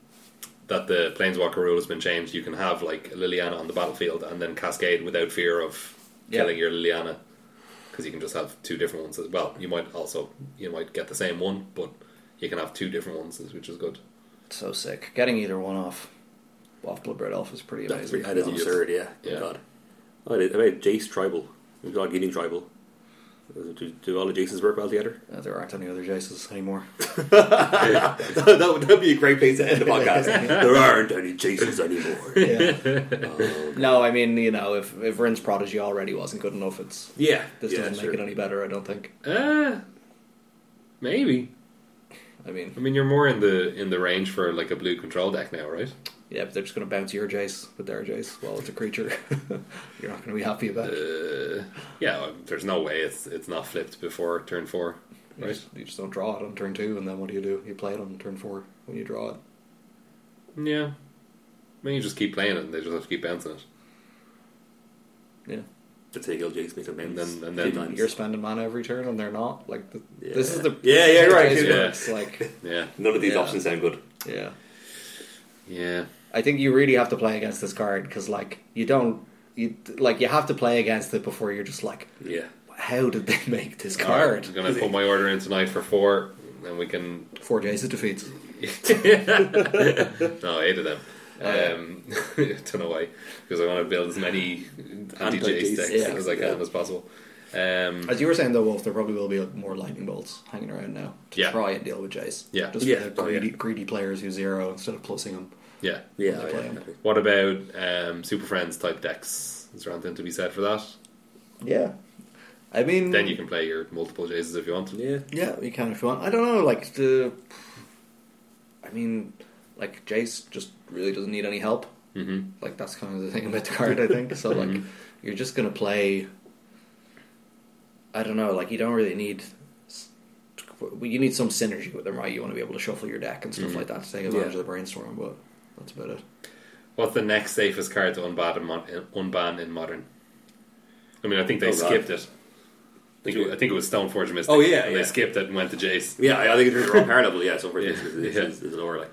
that the Planeswalker rule has been changed. You can have like Liliana on the battlefield and then cascade without fear of Yeah. killing your Liliana because you can just have two different ones. as Well, you might also you might get the same one, but you can have two different ones, which is good. so sick getting either one off off Bloodbred Elf is pretty That's amazing pretty, that is Yes. absurd, yeah. Yeah. yeah. God. Oh, I about Jace Tribal. We've got Gideon Tribal. Do, do all the Jasons work well together? Uh, there aren't any other Jaces anymore that would that'd be a great place to end the podcast. there aren't any Jasons anymore. yeah. no I mean you know if, if Rin's Prodigy already wasn't good enough it's Yeah. this yeah, doesn't make sure. it any better I don't think Uh, maybe. I mean I mean, you're more in the in the range for like a blue control deck now, right? Yeah, but they're just going to bounce your Jace with their Jace. Well, it's a creature. You're not going to be happy about it. Uh, yeah, well, there's no way it's it's not flipped before turn four, You right? just, you just don't draw it on turn two, and then what do you do? You play it on turn four when you draw it. Yeah. I mean, you just keep playing it, and they just have to keep bouncing it, Yeah. Let's take Jace, make them and bounce. then and Few then times. You're spending mana every turn, and they're not. Like th- Yeah. this is the Yeah, yeah, right, Jace yeah. works, Like yeah, None of these Yeah. options sound good. yeah, yeah, I think you really have to play against this card because like you don't you like you have to play against it before you're just like, Yeah. how did they make this All right, card? I'm gonna put my order in tonight for four, and we can. Four Jaces defeats. no, eight of them. Um, don't know why, because I want to build as many anti-Jace Anti-Jace, decks yeah. as I can as possible. Um, As you were saying though, Wolf, there probably will be more lightning bolts hanging around now to Yeah. try and deal with Jace. Yeah. just Yeah. for the Oh, yeah. greedy, greedy players who zero instead of plussing them. yeah, Yeah, Play yeah, them. definitely. What about um, Super Friends type decks? Is there anything to be said for that? Yeah, I mean, Then you can play your multiple Jaces if you want. Yeah. yeah, you can if you want. I don't know, like the, I mean, like Jace just really doesn't need any help. Mm-hmm. Like that's kind of the thing about the card, I think. So like, you're just gonna play. I don't know, like you don't really need. s- You need some synergy with them, right? You want to be able to shuffle your deck and stuff like that to take advantage Yeah. of the brainstorm, but that's about it. What's the next safest card to unban in, mon- in- unban in modern? I mean, I think they Oh, God. skipped it. I think, it. I think it was Stoneforge Mystic. Oh, yeah, and yeah. They skipped it and went to Jace. Yeah, I I think it's on power level, yeah, so for Yeah, yeah. is, yeah. is, is lower, like.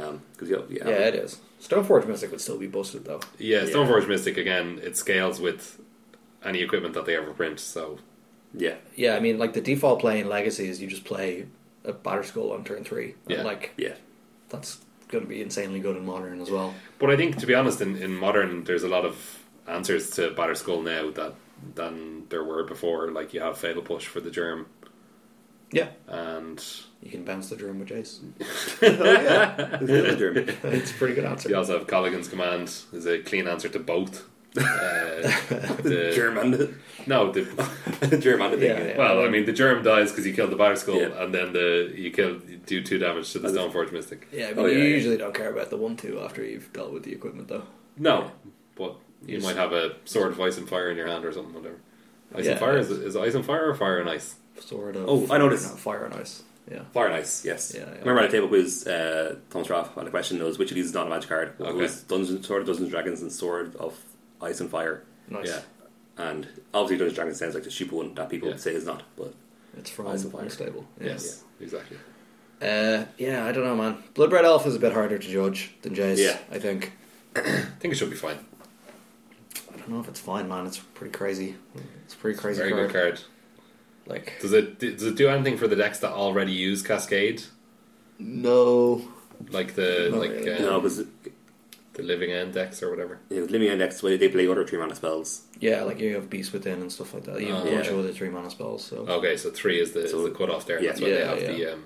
Um, cause yeah, yeah, Yeah, it is. Stoneforge Mystic would still be busted though. Yeah, Yeah. Stoneforge Mystic again. It scales with any equipment that they ever print. So yeah, Yeah, I mean, like the default play in Legacy is you just play a Batter Skull on turn three. And, Yeah. Like yeah. that's going to be insanely good in modern as well. But I think, to be honest, in, in modern, there's a lot of answers to Batter Skull now that than there were before. Like you have Fatal Push for the Germ, Yeah, and you can bounce the drum with Jace. Oh, German. It's a pretty good answer. you also have Colligan's Command is a clean answer to both. Uh, the- German. no, the, German thing. Yeah, yeah. well, I mean, the Germ dies because you killed the Batter Skull, Yeah. and then the you kill you do two damage to the Stoneforge Mystic. Yeah, I mean, Oh, yeah, you yeah. usually don't care about the one two after you've dealt with the equipment though. No, but you Yes. might have a sword of ice and fire in your hand or something, whatever. Ice Yeah. and fire is, is ice and fire or fire and ice? Sort of. Oh, I noticed. no, Fire and ice. Yeah. Fire and Ice, yes. Yeah, yeah. Remember on the table quiz, uh, Thomas Raff on the question knows which of these is not a magic card. It Okay. was Dungeon, Sword of Dungeons and Dragons and Sword of Ice and Fire. Nice. Yeah. And obviously, Dungeons and Dragons sounds like the cheap one that people Yeah. say is not, but It's from Ice and fire. unstable. Yes, exactly. Uh, yeah, I don't know, man. Blood Red Elf is a bit harder to judge than Jace. Yeah. I think. I think it should be fine. I don't know if it's fine, man. It's pretty crazy. It's a pretty crazy Very good card. card. Like Does it does it do anything for the decks that already use Cascade, no. like the Not like really. uh, no, because the Living End decks or whatever? Living Index, they play other three mana spells. Yeah, like you have Beast Within and stuff like that. You have a Oh, bunch yeah. Oh. of other three mana spells. So Okay, so three is the So- is the cutoff there. yeah. That's why they Yeah, have yeah. the um,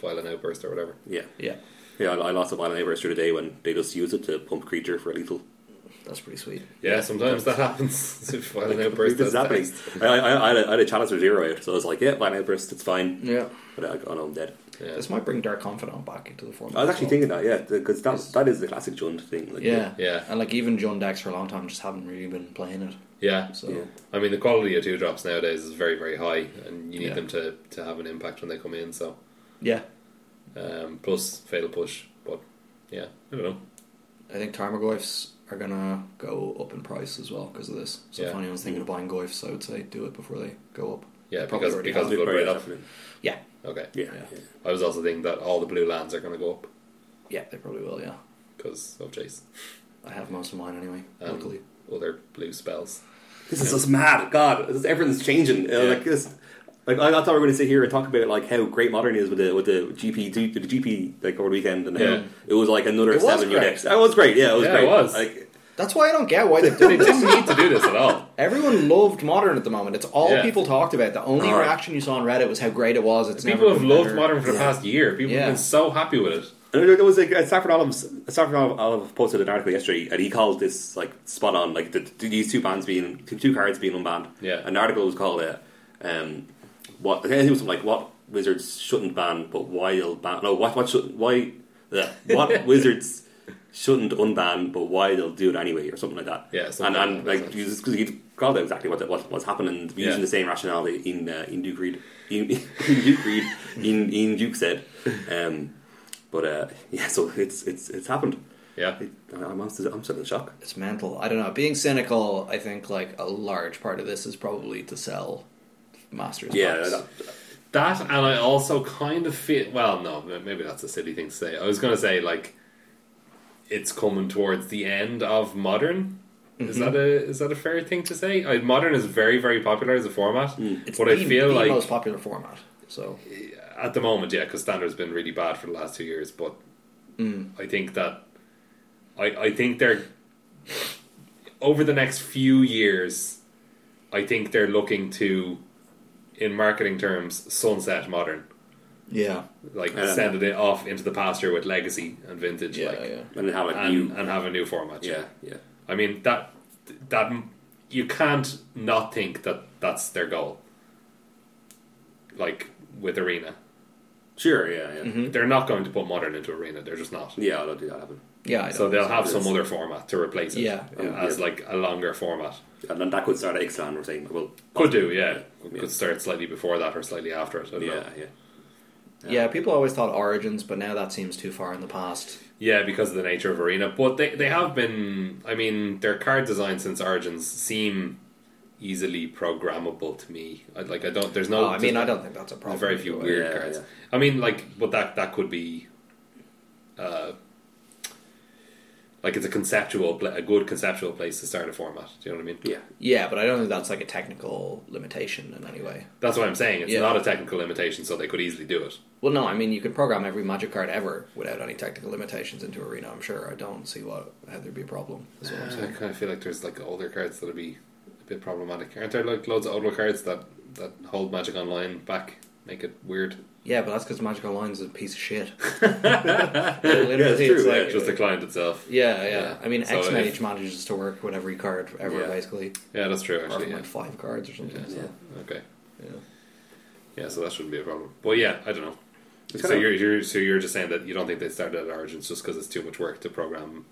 violent outburst or whatever. Yeah. yeah, Yeah, I I lost a violent outburst the other day when they just use it to pump creature for a lethal. that's pretty sweet. Yeah, sometimes that happens. If violent outburst This is does happening. text. I, I, I, had a, I had a chalice for zero out, so I was like, yeah, violent outburst, it's fine. Yeah, But I, oh no, I'm dead. Yeah. this might bring Dark Confidant back into the format. I was as actually well. thinking that, yeah, because that, that is the classic Jund thing. Like, Yeah, Yeah. and like even John Dax for a long time just haven't really been playing it. yeah, So Yeah. I mean the quality of two drops nowadays is very very high, and you need Yeah. them to, to have an impact when they come in. So yeah, um, plus fatal push, but yeah, I don't know. I think Tarmogoyfs are gonna go up in price as well because of this. So Yeah. if anyone's thinking of buying Goyfs, I would say do it before they go up. Yeah, They probably because already because have. of blood red yeah. up. yeah, Okay, Yeah. Yeah. I was also thinking that all the blue lands are going to go up yeah, they probably will. Yeah, because of Jason. I have most of mine anyway. and luckily, other blue spells. This is just mad. God, this is- everything's changing. Uh, Yeah. Like this, like I, I thought we were going to sit here and talk about like how great modern is with the with the GP the GP like over the weekend and how Yeah. it was like another It was seven year great. next. That was great. Yeah, it was Yeah, it great. was. Like, that's why I don't get why they've done They didn't need to do this at all. Everyone loved Modern at the moment. It's all Yeah. people talked about. The only Alright. reaction you saw on Reddit was how great it was. It's People never have been loved better. modern for the Yeah. past year. People Yeah. have been so happy with it. and there there was like uh, Saffron Olive Saffron Olive, Olive posted an article yesterday and he called this like spot on like the, these two bands being two cards being unbanned. Yeah. and the article was called uh, um what I think it was something like what wizards shouldn't ban but why'll ban no what what should why uh, what wizards shouldn't unban but why they'll do it anyway or something like that. Yeah, and something and like that, like yeah. you just because you called out exactly what, what what's happening using Yeah. the same rationality in uh, in Duke Reed in, in Duke Reed in in Duke said. Um, but uh, yeah, so it's it's it's happened. Yeah, It, I'm still, I'm still in shock. It's mental. I don't know. Being cynical, I think like a large part of this is probably to sell masters. Yeah, packs. that- that and I also kind of feel. Well, no, maybe that's a silly thing to say. I was going to say like it's coming towards the end of modern. Is that a Mm-hmm. is that a fair thing to say? I, modern is very very popular as a format, Mm. it's but the, I feel the like most popular format. So at the moment, yeah, because standard's been really bad for the last two years. But Mm. I think that I I think they're over the next few years. I think they're looking to, in marketing terms, sunset modern, yeah, like Yeah. send it off into the pasture with legacy and vintage, yeah, like, yeah. and how like and uh, you, and have a new format. yeah, yeah. I mean that that you can't not think that that's their goal. Like with arena, Sure, yeah, yeah, they're not going to put modern into arena. They're just not. Hmm? yeah. I'll do that happen. Yeah, I So don't they'll know. have it some is. other format to replace it. Yeah, yeah. As like a longer format. And then that could start at Ixalan, we're saying. Well, Could do, yeah. Yeah. Could start slightly before that or slightly after it. I don't know. Yeah, yeah. yeah. People always thought Origins, but now that seems too far in the past. Yeah, because of the nature of Arena. But they, they have been, I mean, their card design since Origins seem easily programmable to me. I, like, I don't, there's no. Oh, I mean, I don't think that's a problem. There's very few weird Yeah, cards. yeah. I mean, like, but that that could be. Uh, Like it's a conceptual, pla- a good conceptual place to start a format. Do you know what I mean? Yeah. Yeah, but I don't think that's like a technical limitation in any way. That's what I'm saying. It's Yeah. not a technical limitation, so they could easily do it. Well, no, I mean you can program every magic card ever without any technical limitations into Arena. I'm sure. I don't see what how there'd be a problem. Is what I'm I saying. kind of feel like there's like older cards that'll be a bit problematic. Aren't there like loads of older cards that that hold Magic Online back, make it weird? Yeah, but that's because Magic Online is a piece of shit. Yeah, that's Literally, true. it's yeah, Yeah, like- just the client itself. Yeah, yeah. Yeah. I mean, So X if- Mage manages to work with every card ever, Yeah. basically, Yeah, that's true. or from Actually, yeah. like five cards or something. Yeah. so, Yeah. Okay. yeah. Yeah, so that shouldn't be a problem. But yeah, I don't know. It's so kinda- you're, you're so you're just saying that you don't think they started at Origins just because it's too much work to program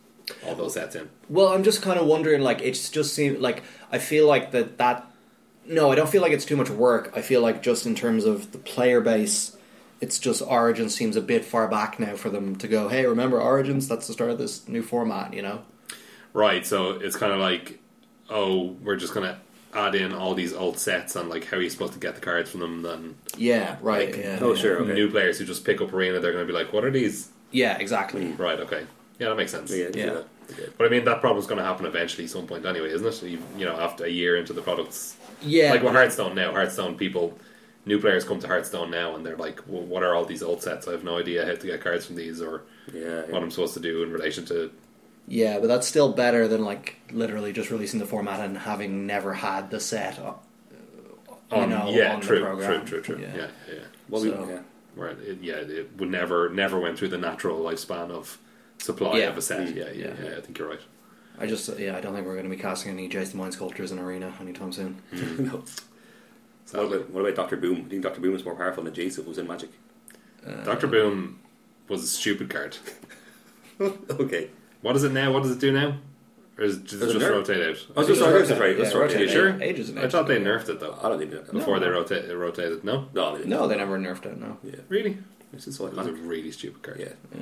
all those sets in. Well, I'm just kind of wondering. Like, it's just seem like I feel like that that. No, I don't feel like it's too much work. I feel like just in terms of the player base, it's just Origin seems a bit far back now for them to go. Hey, remember Origins? That's the start of this new format. You know. Right. So it's kind of like, oh, we're just gonna add in all these old sets and like how are you supposed to get the cards from them? Then Yeah. Right. Like, yeah, oh, yeah. sure. Okay. new players who just pick up Arena, they're gonna be like, what are these? Yeah. Exactly. Right. Okay. Yeah, that makes sense. Yeah. Yeah. Yeah. yeah. But I mean, that problem's going to happen eventually, some point anyway, isn't it? You, you know, after a year into the products, Yeah. like with Hearthstone now, Hearthstone people, new players come to Hearthstone now, and they're like, well, "What are all these old sets? I have no idea how to get cards from these, or yeah, what I'm supposed to do in relation to." Yeah, but that's still better than like literally just releasing the format and having never had the set. uh, You Um, know, yeah, on the true, program. true, true, true. Yeah. Yeah, yeah. Well, we- So- yeah. Right. It, yeah, it would never, never went through the natural lifespan of supply Yeah. of a set. Mm. Yeah, yeah, Yeah. yeah, I think you're right. I just yeah, I don't think we're going to be casting any Jace the Mind sculptures in arena anytime soon. no. Mm-hmm. What about, what about Doctor Boom? I think Doctor Boom is more powerful than Jace was in Magic. Uh, Doctor Boom was a stupid card. okay. What is it now? What does it do now? Or is it just, it just nerf? rotate out? Oh, so sorry, that's right. Yeah, That's rotate right. Are you out. sure? Ages and I ages thought they ago. nerfed it though I don't think that. before they rotate, it rotated. No, No, they No, they never nerfed it. No, Yeah. really, This is so that was a iconic. really stupid card. Yeah.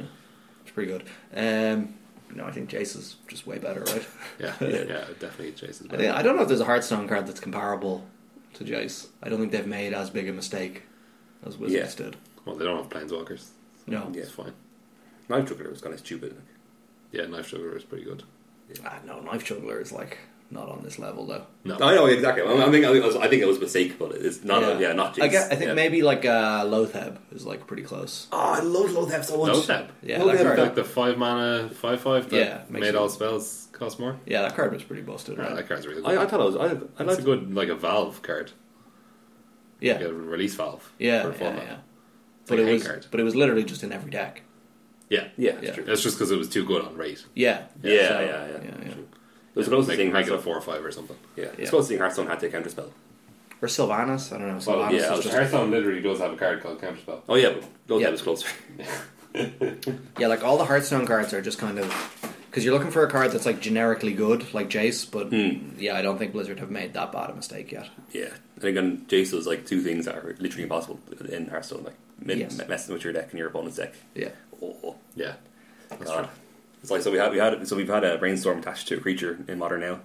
it's pretty good. Um, no, I think Jace is just way better, right? yeah, yeah, yeah, definitely. Jason's I, better. think, I don't know if there's a Hearthstone card that's comparable to Jace. I don't think they've made as big a mistake as Wizards Yeah. did. Well, they don't have planeswalkers. Yeah. No, Yeah. It's fine. Knife Juggler was kind of stupid. Yeah, knife sugar is pretty good. ah, no, Knife Juggler is like not on this level though. No, I know exactly. I, mean, I think I think, it was, I think it was a mistake, but it's not. Yeah, not Jace. I, guess, I think yeah. maybe like uh, Lotheb is like pretty close. Oh, I love Lothep so much. no tap. Yeah, Lothep. that card, Like the five mana five five that Yeah, makes made it- all spells cost more. yeah, that card was pretty busted. Yeah, Right? that card's really good. I, I thought I was. I, I it's a liked, good like a valve card, yeah, like a release valve. yeah, for yeah, a format. yeah. It's like But it a hand was, card. but it was literally just in every deck. Yeah, yeah, it's Yeah. true. that's just because it was too good on rate. Yeah, Yeah, so- yeah, yeah. yeah, yeah. It was close to Make, seeing make it a Hearthstone. four or five or something. Yeah, it's Yeah. close to seeing Hearthstone had to counter spell. Or Sylvanas, I don't know. Sylvanas Well, yeah, I yeah, is was- just, Hearthstone literally does have a card called Counterspell. Oh yeah, but Lothep Yeah. was closer. yeah, like all the Hearthstone cards are just kind of because you're looking for a card that's like generically good, like Jace. But Hmm. yeah, I don't think Blizzard have made that bad a mistake yet. yeah, and again, Jace was like two things that are literally impossible in Hearthstone, like min- Yes. me- messing with your deck and your opponent's deck. Yeah, Oh Yeah, that's God. It's like so we had we had so we've had a brainstorm attached to a creature in modern now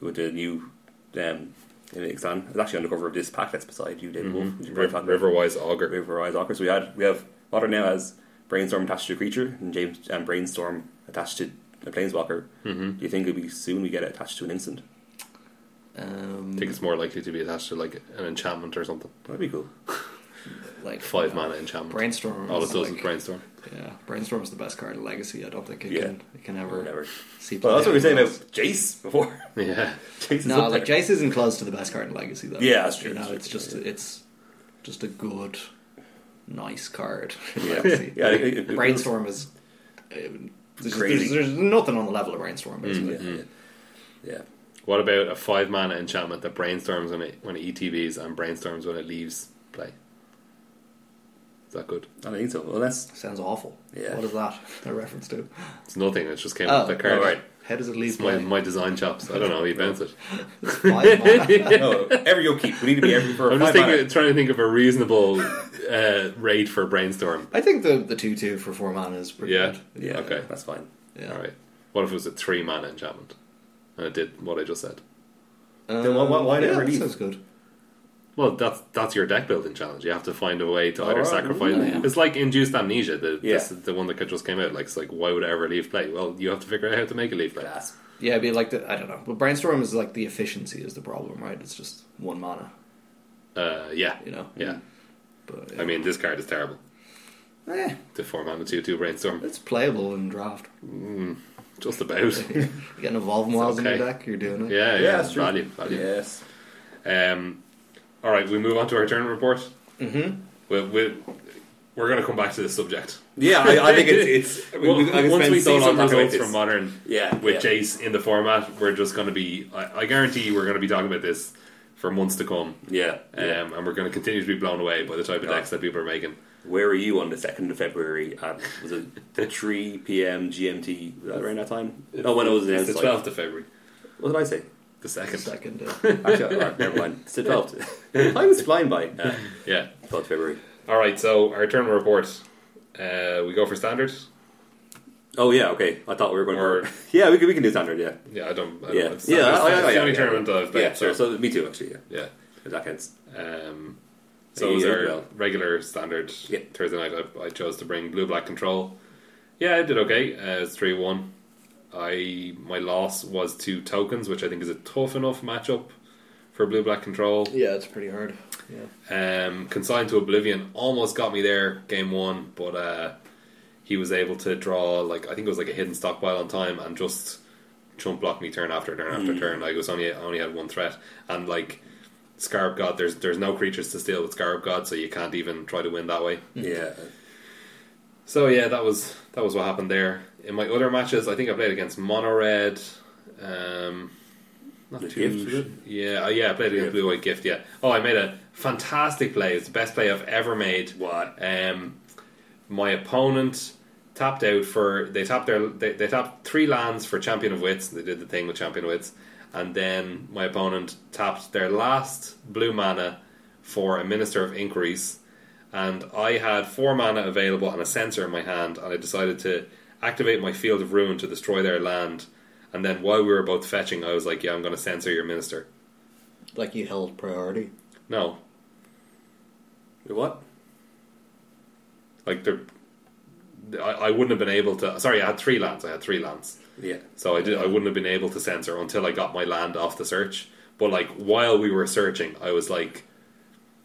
with the new um in Ixalan. It's actually on the cover of this pack that's beside you, David Wolf. which true. you're very River, fond of. Riverwise Augur. Mm-hmm. River Rise Awkward. So we had we have modern now has brainstorm attached to a creature and James and brainstorm attached to a planeswalker. Mm-hmm. Do you think it'll be soon we get it attached to an instant? um, I think it's more likely to be attached to like an enchantment or something. That'd be cool. like Five mana enchantment. Brainstorm. All it is, does is like- brainstorm. Yeah, Brainstorm is the best card in Legacy. I don't think it Yeah. can it can ever Whatever. see. Well, that's what we play were saying anywhere else. about Jace before. Yeah, Jace is No, up like there. Jace isn't close to the best card in Legacy, though. Yeah, that's true, You know, that's true. it's just it's just a good, nice card. in Yeah. Legacy. Yeah, it- it- it- Brainstorm is um, there's, Crazy. there's, there's nothing on the level of Brainstorm. Basically. Yeah, Mm-hmm. yeah. What about a five mana enchantment that brainstorms when it when it ETBs and brainstorms when it leaves play? Is that good? I think so. Unless Sounds awful. Yeah. What is that? A reference to? It's nothing. It just came Oh, off the card. all right. How does it leave It's my, play? my design chops. I don't know. He bounced it. It's five mana. no, every upkeep. We need to be every for I'm just five thinking, mana. trying to think of a reasonable uh, rate for brainstorm. I think the the two two for four mana is pretty Yeah. good. Yeah, Okay. that's fine. Yeah. All right. What if it was a three mana enchantment and it did what I just said? Um, Then why- why- why yeah, never that leave? Sounds good. Well, that's that's your deck building challenge. You have to find a way to either right. sacrifice. Yeah. It's like induced amnesia, the Oh, Yeah. this, the one that just came out. Like, it's like why would I ever leave play? Well, you have to figure out how to make a leave play. Class. Yeah, it'd be like the I don't know. But brainstorm is like the efficiency is the problem, right? It's just one mana, Uh, yeah, you know. yeah. But I mean, this card is terrible. eh, The four mana two two brainstorm, it's playable in draft. just about. yeah, you get an evolving wilds in okay. your deck, you're doing it. yeah, Yeah, that's true. value, value. Yes. Um, all right, we move on to our tournament report. Mm-hmm. We we we're going to come back to this subject. Yeah, I, I think it's it's. we- we- I could Once spend we so see long some talking about results this. from modern, yeah, with yeah. Jace in the format, we're just going to be. I, I guarantee we're going to be talking about this for months to come, Yeah, yeah. Oh. um, and we're going to continue to be blown away by the type of Yeah. decks that people are making. Where were you on the second of February? At, was it three p.m. GMT? Was that around that time? Oh, when it was It's announced. the like- twelfth of February, What did I say? the second. Second, uh, Actually, alright, never mind. It's the twelfth. I was blind by uh, Yeah. twelfth February. All right. So our tournament report. Uh, we go for standard. Oh yeah, okay. I thought we were going. Or- for yeah, we can we can do standard. Yeah, Yeah, I don't. I don't yeah, know. It's yeah. not- I- I- it's I- the yeah, only yeah. tournament that I've played. Yeah, sure. So, So me too, actually. Yeah, yeah. if that counts. Um, so it Yeah, was you our did well. regular standard Yeah. Thursday night. I, I chose to bring blue black control. Yeah, I did okay. Uh, it's three one. I my loss was to tokens, which I think is a tough enough matchup for blue black control. yeah, it's pretty hard. Yeah. Um, consigned to oblivion almost got me there game one, but uh, he was able to draw like I think it was like a hidden stockpile on time and just chump block me turn after turn after turn. Like it was only I only had one threat and like Scarab God, there's there's no creatures to steal with Scarab God, so you can't even try to win that way. Yeah, So yeah, that was that was what happened there. In my other matches, I think I played against Mono Red. Um, not The too. Gift, was it? Yeah, uh, yeah, I played against Gift. Blue White Gift. Yeah. Oh, I made a fantastic play. It's the best play I've ever made. What? Um, my opponent tapped out for they tapped their they, they tapped three lands for Champion of Wits. They did the thing with Champion of Wits, and then my opponent tapped their last blue mana for a Minister of Inquiries, and I had four mana available and a sensor in my hand, and I decided to activate my Field of Ruin to destroy their land. And then while we were both fetching, I was like, "Yeah, I'm going to censor your minister." Like you held priority. No, Your what? like they're, I, I wouldn't have been able to. Sorry, I had three lands. I had three lands. Yeah. So I did. I wouldn't have been able to censor until I got my land off the search. But like while we were searching, I was like,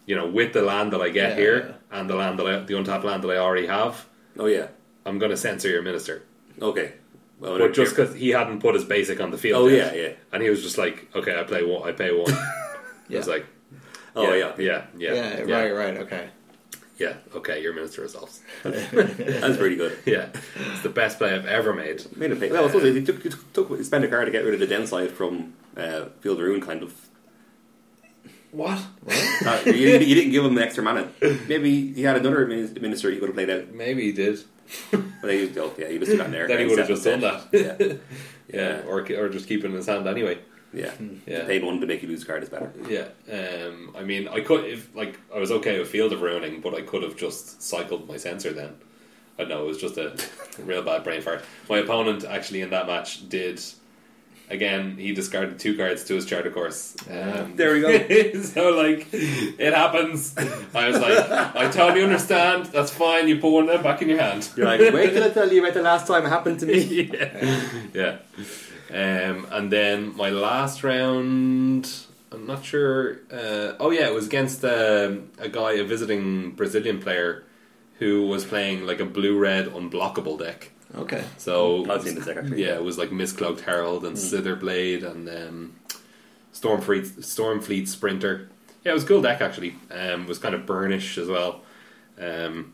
you know, with the land that I get Yeah. here and the land that I, the untapped land that I already have, Oh yeah. I'm going to censor your minister. Okay. Well, But just because he hadn't put his basic on the field, Oh, yet, yeah, yeah. and he was just like, okay, I play one, I pay one. I was like, oh yeah, yeah, yeah, yeah, yeah, right, right, okay. yeah. Okay, your minister resolves. that's pretty good. yeah, it's the best play I've ever made. Made a pay. Well, I suppose he took, he took, took he spent a card to get rid of the downside from uh, Field of Ruin, kind of. What? Uh, you, didn't- you didn't give him the extra mana. Maybe he had another minis- minister he could have played out. Maybe he did. But he, oh, yeah, he just did that in there. Then he would have just done Instead. that. Yeah, Yeah, or or just keep it in his hand anyway. yeah. Yeah. Pay one to make you lose a card is better. Yeah, um, I mean, I could if like I was okay with Field of Ruining, but I could have just cycled my sensor then. I know it was just a real bad brain fart. My opponent actually in that match did. Again, he discarded two cards to his charter course. Um, Ah. There we go. so, like, it happens. I was like, I totally understand. That's fine. You put one of them back in your hand. You're like, wait till I tell you about the last time it happened to me. yeah. yeah. Um, and then my last round, I'm not sure. Uh, oh, yeah, it was against um, a guy, a visiting Brazilian player, who was playing like a blue red unblockable deck. Okay. So, I've seen this deck, actually. yeah, it was like Miscloaked Herald Mm. and Slitherblade and um, Stormfleet, Stormfleet Sprinter. Yeah, it was a cool deck actually. Um, it was kind of burnish as well. Um,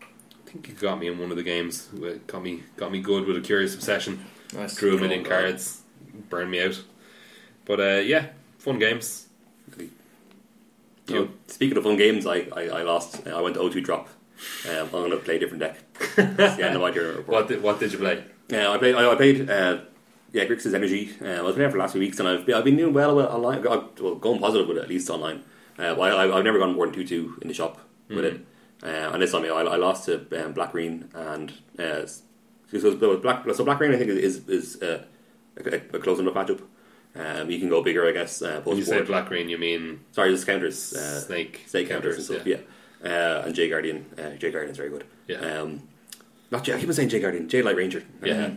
I think it got me in one of the games. It got me got me good with a curious obsession. Nice. Drew a million God. cards, burned me out. But uh, yeah, fun games. Oh, speaking of fun games, I, I, I lost. I went to O2 drop. Um, I'm going to play a different deck. That's the end of my turn report. What did, what did you play? Yeah, I played. I, I played. Uh, yeah, Grixis Energy. Uh, I was playing for the last few weeks, and I've been, I've been doing well with online. I've, well, going positive with it at least online. Uh, well, I, I've never gone more than two two in the shop with Mm. it. Uh, and this time, yeah, I, I lost to um, Black Green and uh, so, so Black. So Black Green, I think, is is uh, a, a close enough matchup. Um, you can go bigger, I guess. Uh, When you say post-board. black green, you mean Sorry, just counters. Uh, snake Snake counters and stuff, yeah. Uh, and Jay Guardian. Uh, Jay Guardian's very good. Yeah. Um, not Jay, I keep on saying Jay Guardian. Jay Light Ranger. Yeah. Uh,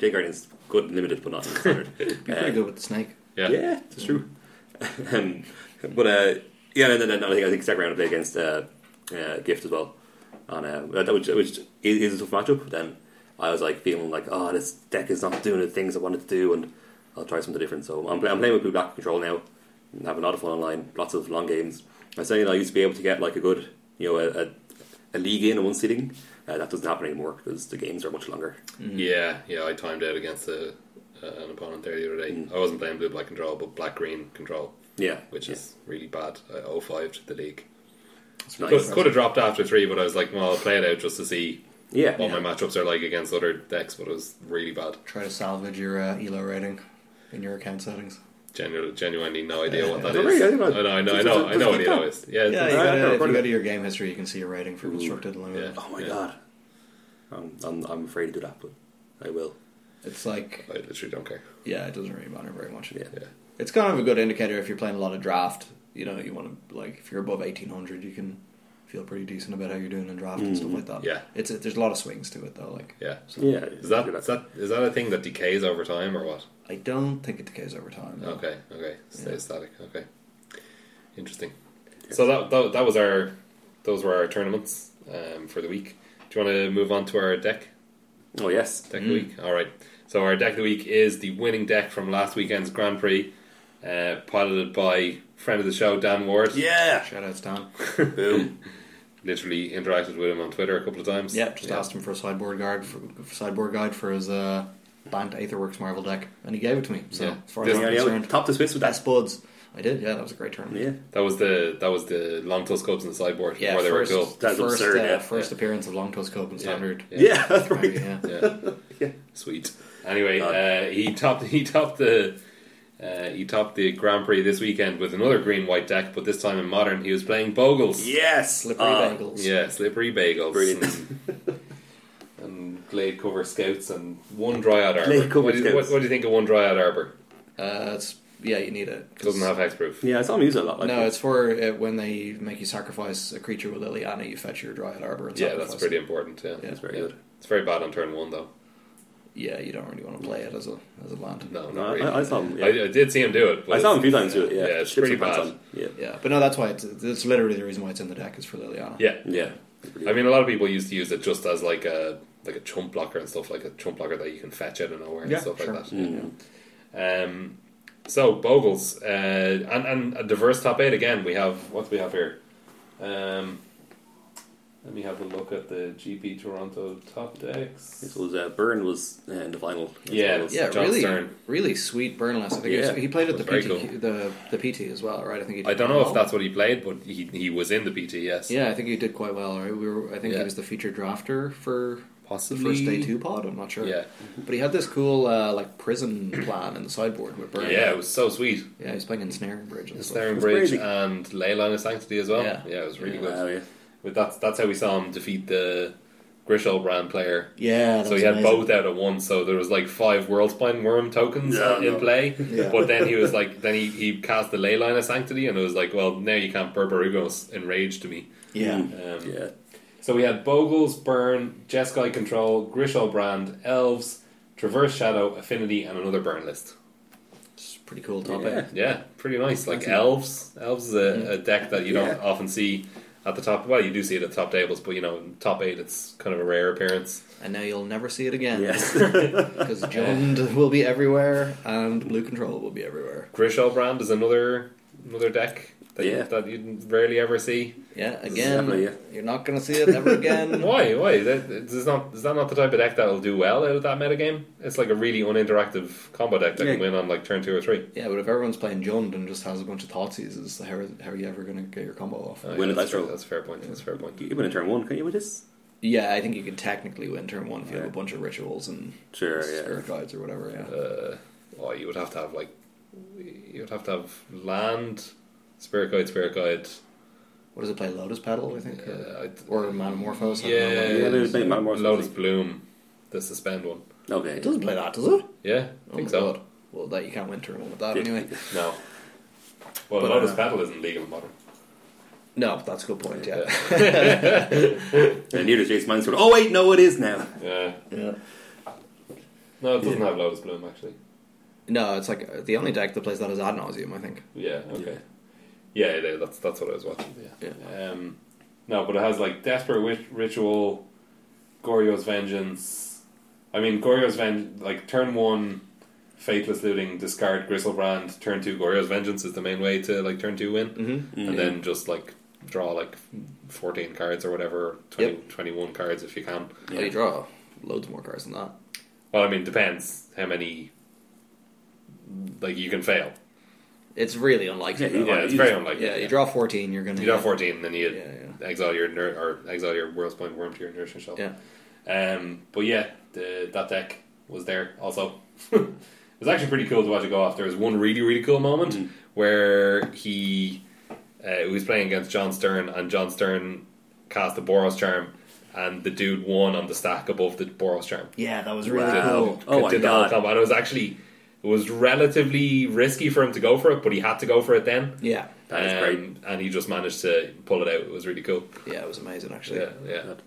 Jay Guardian's good and limited, but not in standard. Uh, Be pretty good with the snake. Yeah. Yeah, it's true. um, but uh, yeah, and then, and I think I think second round I play against uh, uh, Gift as well, and uh, that that- which which is, is a tough matchup. Then I was like feeling like, oh, this deck is not doing the things I wanted to do, and I'll try something different. So I'm, play, I'm playing with Blue Black Control now, and having a lot of fun online, lots of long games. I say, you know, I used to be able to get like a good, you know, a, a, a league in in one sitting. Uh, that doesn't happen anymore because the games are much longer. Yeah, yeah, I timed out against a, uh, an opponent there the other day. Mm. I wasn't playing blue black control, but black green control, Yeah, which yeah. is really bad. I 05 to the league. It's Could, nice. could have dropped after three, but I was like, well, I'll play it out just to see Yeah, what my matchups are like against other decks, but it was really bad. Try to salvage your uh, elo rating in your account settings. Genu- genuinely no idea what that Yeah. is. Yeah, I yeah, yeah. know, I know, I Just- know, just- I know just what look it is. Yeah, Yeah, it's- you I gotta- know, if you probably. go to your game history, you can see a rating for constructed and limited. Yeah. Oh my god. Um, I'm, I'm afraid to do that, but I will. It's like, I literally don't care. yeah, it doesn't really matter very much. Yeah. Yeah. It's kind of a good indicator if you're playing a lot of draft. You know, you want to like if you're above eighteen hundred, you can feel pretty decent about how you're doing in draft and Mm-hmm. stuff like that. Yeah. it's there's a lot of swings to it though. Like, Yeah. Yeah. Is that, is that is that a thing that decays over time or what? I don't think it decays over time. Oh. though. Okay, okay, stay static. Okay, interesting. Yeah. So that, that that was our those were our tournaments um, for the week. Do you want to move on to our deck Oh, yes. deck of Mm. the week? All right. So our deck of the week is the winning deck from last weekend's Grand Prix, uh, piloted by friend of the show Dan Ward. Yeah. Shout outs Dan. Boom. Literally interacted with him on Twitter a couple of times. Yeah, just asked him for a sideboard guard for, for sideboard guide for his uh, Bant Aetherworks Marvel deck, and he gave it to me. So Yeah. as far This- as Yeah, I'm yeah, concerned, top the Swiss with that. best buds. I did. Yeah, that was a great tournament. Yeah. That was the that was the long tusk cubs in the sideboard Yeah, before they first, were cool. That's first, absurd, uh, yeah. first appearance of Long Toes Cope in standard. Yeah, that's right. Yeah. yeah. Yeah. Sweet. Anyway, uh, he topped he topped the uh, he topped the Grand Prix this weekend with another green white deck, but this time in modern he was playing Bogles. Yes. Slippery Ah, Bengals. Yeah, slippery bagels. Brilliant. And, and glade cover scouts and one dryad arbor. Glade cover what, do you, what, scouts. what do you think of one dryad arbor? Uh, it's, yeah, you need it. It doesn't have hexproof. Yeah, I saw him use it a lot. Like No, that. it's for uh, when they make you sacrifice a creature with Liliana, you fetch your Dryad Arbor and Yeah, sacrifice that's it. pretty important. Yeah, Yeah. That's very Yeah. good. It's very bad on turn one though. Yeah, you don't really want to play it as a as a land. No, not No, really. I, I saw him. Yeah. I, I did see him do it. But I, saw him a few it's- times do it. Yeah. yeah, it's Chips pretty and pants bad. on. Yeah. Yeah, but no, that's why it's that's literally the reason why it's in the deck is for Liliana. Yeah, Yeah. I mean, a lot of people used to use it just as like a like a chump blocker and stuff, like a chump blocker that you can fetch out of nowhere and Yeah, stuff sure. like that. Um, so Bogles uh, and and a diverse top eight again. We have what do we have here? Um, let me have a look at the GP Toronto top decks. This was uh, Burn was uh, in the final. Yeah. It was- Yeah, John really, Stern. really sweet Burnless. I think Yeah. it's- he played at the Very PT, cool. the the PT as well, right? I think he did I don't quite know if well. that's what he played, but he he was in the PT. Yes, Yeah, I think he did quite well. Right? We were, I think Yeah. he was the featured drafter for the possibly first day two pod. I'm not sure. Yeah, but he had this cool uh, like prison plan in the sideboard with Burnless. yeah, it was so sweet. yeah, he's playing in Snaring Bridge and stuff. Staring was Bridge crazy. and Leyline of Sanctity as well. Yeah, Yeah. it was really good. Wow, yeah. But that's that's how we saw him defeat the Grishol brand player. Yeah, that So was he had amazing. both out at once. So there was like five World Spine Worm tokens Yeah, in no. play. Yeah. But then he was like, then he, he cast the ley line of sanctity, and it was like, well, now you can't Berberugos enrage to me. Yeah. Um, Yeah. So we had Bogles, Burn, Jeskai Control, Grishol brand, Elves, Traverse Shadow, Affinity, and another Burn list. It's pretty cool top Yeah. eight. Yeah, pretty nice. Like That's elves, nice. elves is a, a deck that you don't Yeah. often see at the top. Well, you do see it at the top tables, but you know, in top eight, it's kind of a rare appearance. And now you'll never see it again. Yes. Because Jund will be everywhere and Blue Control will be everywhere. Grishol brand is another another deck that you, Yeah. that you rarely ever see. Yeah, again, definitely, yeah. you're not going to see it ever again. Why? Why? Is that, is not is that not the type of deck that will do well out of that metagame? It's like a really uninteractive combo deck that can Yeah. win on like turn two or three. Yeah, but if everyone's playing Jund and just has a bunch of Totsies, is how, are- how are you ever going to get your combo off? Oh, Win yeah, a that's, dice roll. That's a fair point. That's a fair point. You can win a turn one, can't you, with this? Yeah, I think you can technically win turn one if you have a Yeah. bunch of rituals and Sure, yeah. spirit guides or whatever. Yeah. uh, oh, you would have to have like you would have to have land, spirit guide, spirit guide. What does it play? Lotus Petal, I think? or- Uh, I- or Manamorphose? I don't know. yeah, Yeah, there's been Manamorphose, Lotus I think. Bloom, the suspend one. Okay. It doesn't play that, does it? Yeah, I Oh think my so. God. Well, that you can't win tournament with that anyway. No. Well, But, Lotus uh, Battle isn't legal in modern. No, that's a good point. Yeah, And neither is Jace Mindstorm. Oh wait, no, it is now. Yeah. yeah. No, it doesn't have Lotus Bloom actually. No, it's like uh, the only deck that plays that is ad nauseum. I think. Yeah. Okay. Yeah, yeah that's that's what I was watching. Yeah. Um, no, but it has like Desperate Wit- Ritual, Goryo's Vengeance. I mean, Goryo's Vengeance, like turn one, Faithless Looting, discard Gristlebrand. Turn two, Goryo's Vengeance is the main way to like turn two win, Mm-hmm. and then just like draw like fourteen cards or whatever, 20, Yep. 21 cards if you can. Yeah. you draw loads more cards than that. Well, I mean, depends how many. Like you can fail. It's really unlikely. Yeah, though. Yeah, Well, it's you very just- unlikely. Yeah, you draw fourteen, you're gonna You draw fourteen, then you Yeah, yeah. exile your ner- or exile your world's point worm to your nourishing shelf. Yeah. Um, but yeah, the, that deck was there also. it was actually pretty cool to watch it go off. There was one really really cool moment Mm. where he uh, he was playing against John Stern, and John Stern cast the Boros charm, and the dude won on the stack above the Boros charm. Yeah, that was really Wow. cool. Oh my Did the whole God. combo, and it was actually it was relatively risky for him to go for it, but he had to go for it then. Um, Yeah, That is great. And he just managed to pull it out. It was really cool. yeah, it was amazing actually. Yeah, yeah. Good.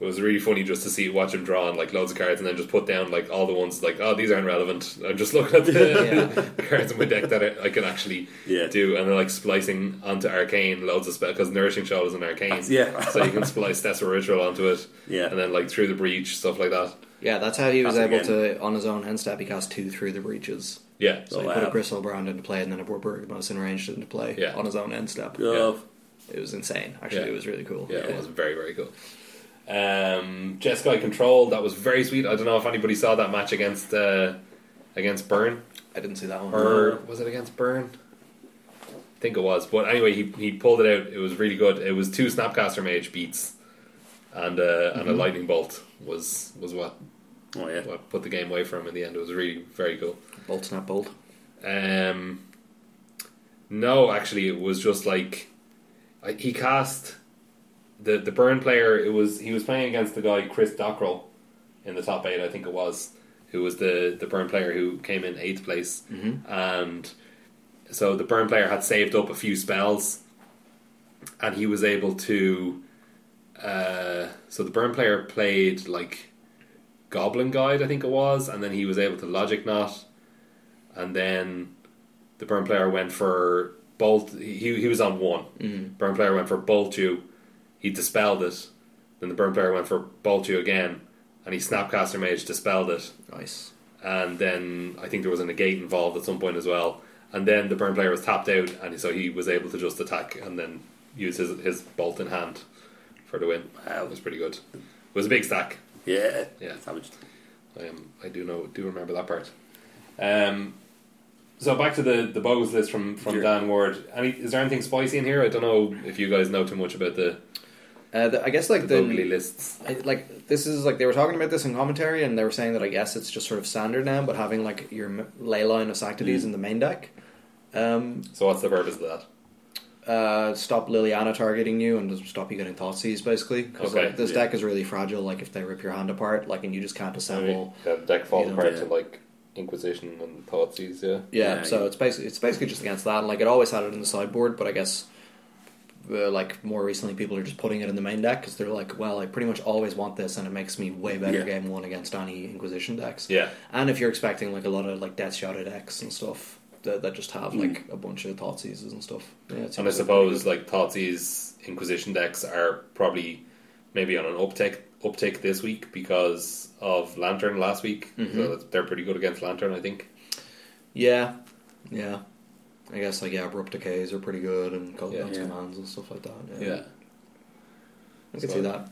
It was really funny just to see watch him draw on like loads of cards and then just put down like all the ones like oh these aren't relevant. I'm just looking at the, Yeah. the cards in my deck that I, I can actually Yeah. do and they're like splicing onto arcane loads of spell because nourishing shot is an arcane. Yeah. so you can splice Tessera ritual onto it. Yeah. and then like through the breach stuff like that. Yeah, that's how he was Cast able again. to on his own hand step. He cast two through the breaches. Yeah, So Oh, he put wow. a bristle brand into play and then a Burgmouse enraged into play Yeah. on his own end step. Love. It was insane. Actually, Yeah. it was really cool. yeah, it was very very cool. Um, Jeskai control that was very sweet. I don't know if anybody saw that match against uh, against Burn. I didn't see that one. or Uh, was it against Byrne? I think it was. But anyway, he, he pulled it out. It was really good. It was two Snapcaster Mage beats, and uh, and a lightning bolt was was what Oh yeah. what put the game away for him in the end. It was really very cool. bolt snap bolt. Um, no, actually, it was just like I, he cast the the burn player. It was he was playing against the guy Chris Dockrell in the top eight, I think it was, who was the the burn player who came in eighth place, and so the burn player had saved up a few spells, and he was able to. Uh, so the burn player played like Goblin Guide, I think it was, and then he was able to Logic Knot and then the burn player went for bolt. He he was on one. Burn player went for bolt you. He dispelled it. Then the burn player went for bolt you again, and he snapcaster mage dispelled it. Nice. And then I think there was a negate involved at some point as well. And then the burn player was tapped out, and so he was able to just attack and then use his his bolt in hand for the win. Wow. That was pretty good. It was a big stack. Yeah. Yeah. Savage. I am. Um, I do know. Do remember that part. Um. So back to the the bogus list from from Sure. Dan Ward. Any is there anything spicy in here? I don't know if you guys know too much about the, Uh, the, I guess like the the, bogey lists. I, like this is like they were talking about this in commentary and they were saying that I guess it's just sort of standard now, but having like your m- ley line of Sanctities Mm. in the main deck, um, So what's the purpose of that? uh, stop Liliana targeting you and just stop you getting thought seize basically. 'Cause, Okay, like, this yeah. deck is really fragile. Like if they rip your hand apart, like and you just can't assemble. that deck falls falls you know, apart apart yeah. to to, like Inquisition and Thoughtsees. Yeah. Yeah, Yeah, so you- it's basically it's basically just against that. And like it always had it in the sideboard, but I guess uh, like more recently people are just putting it in the main deck because they're like, well, I pretty much always want this, and it makes me way better Yeah. game one against any Inquisition decks. Yeah. And if you're expecting like a lot of like death shotted decks and stuff that, that just have like a bunch of thought seizes Hmm. and stuff. Yeah, it And I seems like pretty suppose like Thoughtseize Inquisition decks are probably maybe on an uptick uptick this week because of Lantern last week. Mm-hmm. So that's, they're pretty good against Lantern, I think. good. yeah, yeah. I guess like yeah, abrupt decays are pretty good and cold Yeah. bounce Yeah. commands and stuff like that. Yeah, I could So- see that.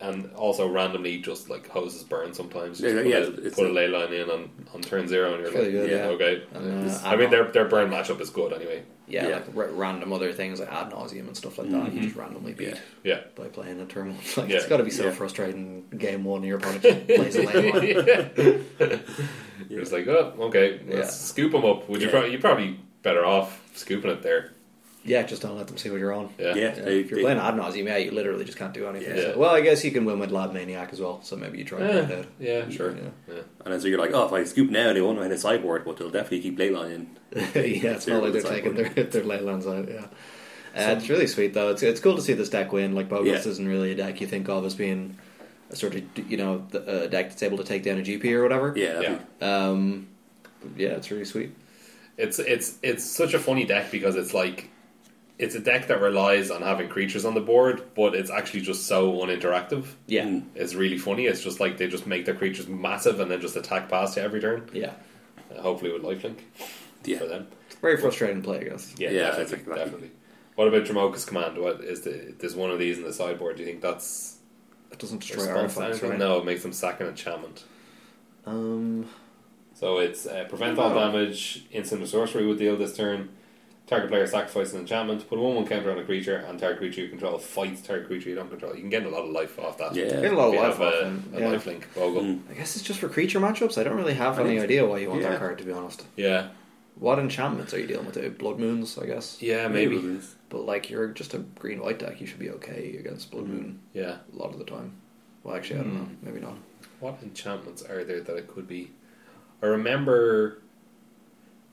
and also randomly just like hoses burn sometimes. Just Yeah, put, yeah, a, it's put a a- ley line in on, on turn zero, and you're It's really like, good, yeah, yeah. okay. And, It's- uh, I mean, their their burn matchup is good anyway. Yeah, Yeah. like ra- random other things like ad nauseum and stuff like that. You just randomly beat Yeah. Yeah, by playing a turn one. Like Yeah. it's got to be so Yeah. frustrating. Game one, your opponent just plays a lane one. it's like oh okay, let's Yeah. scoop them up. Would you Yeah. probably you probably better off scooping it there Yeah, just don't let them see what you're on. Yeah. Yeah, Yeah, they- if you're they- playing Ad nauseum, yeah, you literally just can't do anything. Yeah. So- well, I guess you can win with Lab Maniac as well, so maybe you try Eh. Yeah, that out. yeah, sure. Yeah. And then so you're like, oh, if I scoop now, they won't know how to sideboard, but they'll definitely keep Leyline in. yeah, it's not like they're taking their, their ley lines out. Yeah, uh, it's really sweet though. It's it's cool to see this deck win. Like Bogus Yeah. isn't really a deck you think of as being a sort of you know th- a deck that's able to take down a GP or whatever. Yeah, that'd Yeah. be- um, but yeah, it's really sweet. It's it's it's such a funny deck because it's like it's a deck that relies on having creatures on the board, but it's actually just so uninteractive. Yeah, Mm. It's really funny. It's just like they just make their creatures massive and then just attack past you every turn. yeah, Uh, hopefully with lifelink yeah. for them. very frustrating to play, I guess. Yeah, Yeah, definitely, exactly. definitely. What about Dramoka's command? What is the, there's one of these in the sideboard? Do you think that's It doesn't destroy response to artifacts, anything? right? No, it makes them sack an enchantment. Um, So it's uh, prevent all Oh. damage, instant or sorcery would deal this turn. Target player sacrifices an enchantment, put a 1 1 counter on a creature, and target creature you control fights target creature you don't control. You can get a lot of life off that. Yeah. If Get a lot of you life have off a, them, a yeah. lifelink bogle. Mm. I guess it's just for creature matchups. I don't really have I any think- idea why you want yeah. that card, to be honest. Yeah. What enchantments are you dealing with? Uh, Blood moons, I guess. Yeah, maybe. But like, you're just a green white deck. You should be okay against Hmm. Blood Moon Yeah. a lot of the time. Well, actually, I don't know. Maybe not. What enchantments are there that it could be? I remember.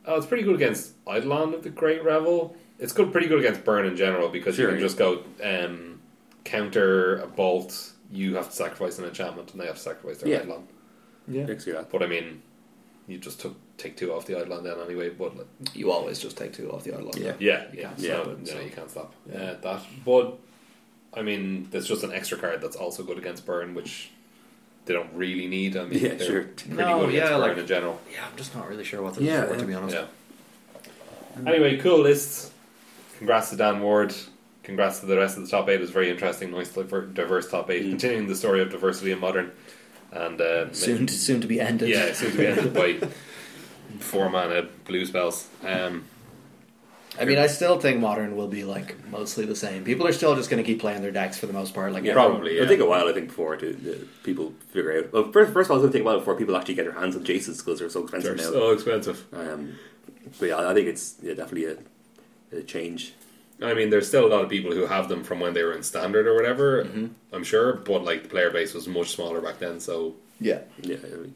Oh, it's pretty good against Eidolon of the Great Revel. It's good, pretty good against Burn in general because Sure, you can yeah. just go um, counter a bolt. You have to sacrifice an enchantment, and they have to sacrifice their Yeah. Eidolon. Yeah. Next to that. But I mean, you just took take two off the Eidolon then anyway. But like, You always just take two off the outlaw. Yeah. yeah, You yeah, can't so, stop it, no, so. you can't stop Yeah. uh, that. But I mean, there's just an extra card that's also good against Burn, which they don't really need. I mean, Yeah, they're sure. pretty No, good against yeah, Burn like- in general. Yeah, I'm just not really sure what they're Yeah, for, yeah. to be honest. Yeah. Mm-hmm. Anyway, cool lists. Congrats to Dan Ward. Congrats to the rest of the top eight. It was very interesting, nice diver- diverse top eight. Continuing the story of diversity in modern, and uh, Soon, to, soon to be ended. yeah, soon to be ended by four mana blue spells. Um, I mean, I still think modern will be like mostly the same. People are still just going to keep playing their decks for the most part. Like Yeah. everyone- Probably, It'll take a while, I think, before to, the people figure out. Well, first, first of all, it's going to take a while before people actually get their hands on Jaces because they're so expensive they're now. so expensive. Um, but yeah, I think it's yeah, definitely a, a change. I mean, there's still a lot of people who have them from when they were in standard or whatever. Mm-hmm. I'm sure, but like the player base was much smaller back then, so yeah. Yeah, I mean,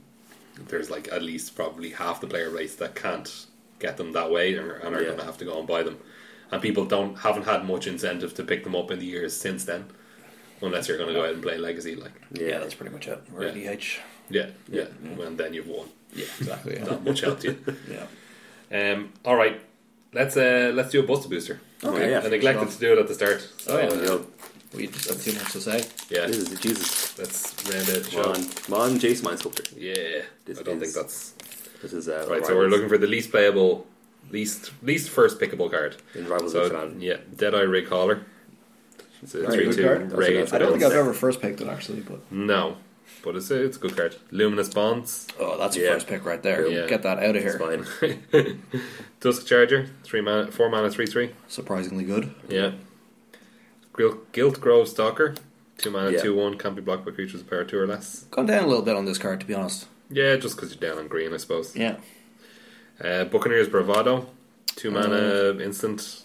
there's like at least probably half the player base that can't get them that way and are, and are Yeah. going to have to go and buy them. And people don't haven't had much incentive to pick them up in the years since then, unless you're going to go out and play Legacy. Like, yeah, Yeah, that's pretty much it. We're Yeah. at EH. yeah, yeah, and then you've won. Yeah, exactly. Yeah. Not much else. you. yeah. Um, all right, let's uh, let's do a Buster Booster. Okay. I neglected to do it at the start. So, Oh, yeah. uh, Yo, We just have too much to say. yeah, this is Jesus. let's round out the Come show. on, come on, Jace Mind Sculptor. Yeah, This I don't think is- that's This is uh, right. So we're looking for the least playable, least least first pickable card. in Rivals of So Catan. yeah, Deadeye Ray Caller. It's a Right, three good two card. Ray. That's a I don't think I've I've ever ever first picked it actually, but No, but it's a it's a good card. Luminous Bonds, oh, that's a Yeah. first pick right there. Yeah. Get that out of It's here. fine. Dusk Charger, three mana, four mana, three three. Surprisingly good. Yeah. Gil- Guilt Grove Stalker, two mana, Yeah. two one. Can't be blocked by creatures of power two or less. Gone down a little bit on this card, to be honest. Yeah, just because you're down on green, I suppose. Yeah. Uh, Buccaneers Bravado, Uh, two mana, instant.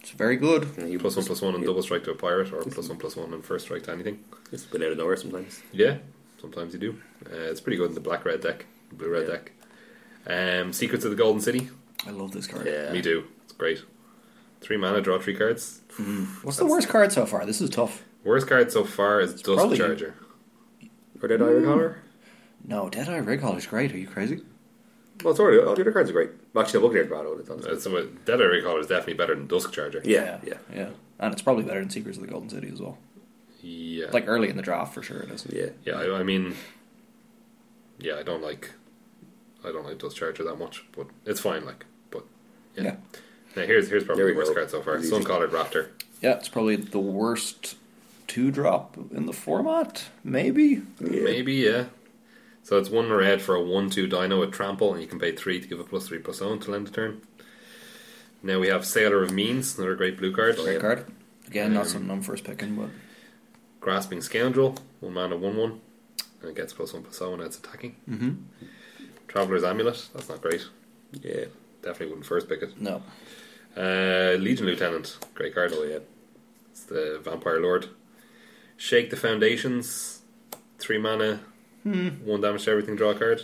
It's very good. You- Plus one, plus one, and double strike to a pirate, or plus one, plus one, and first strike to anything. It's been out of nowhere sometimes. Yeah, sometimes you do. Uh, it's pretty good in the black red deck, blue red Yeah. deck. Um, Secrets of the Golden City. I love this card. Yeah. Me too. It's great. Three mana, draw three cards. What's the worst card so far? This is tough. Worst card so far is Dust probably- Charger. Or did I recall No, Deadeye Rig Hall is great. Are you crazy? Well, sorry, all the other cards are great. Actually, I'm looking at Grotto. It's on That's what Dead Eye Recall is definitely better than Dusk Charger. yeah, yeah, yeah. And it's probably better than Secrets of the Golden City as well. Yeah. Like early in the draft, for sure it is. yeah. yeah, I, I mean, yeah, I don't like, I don't like Dust Charger that much, but it's fine. Like, but yeah. Yeah. Now here's here's probably There we the worst go. card so far. Easy. Sun Collared Raptor. Yeah, it's probably the worst two drop in the format, maybe. Maybe, yeah. So it's one red for a 1 2 dino with trample, and you can pay 3 to give a plus 3 plus 0 to end the turn. Now we have Sailor of Means, another great blue card. Great card. Again, not Um, something I'm first picking, but Grasping Scoundrel, 1 mana, 1 1. And it gets plus 1 plus 0 when it's attacking. Mm-hmm. Traveler's Amulet, that's not great. yeah. Definitely wouldn't first pick it. no. Uh, Legion Lieutenant, great card. Oh yeah, it's the Vampire Lord. Shake the Foundations, three mana, one damage to everything. Draw a card.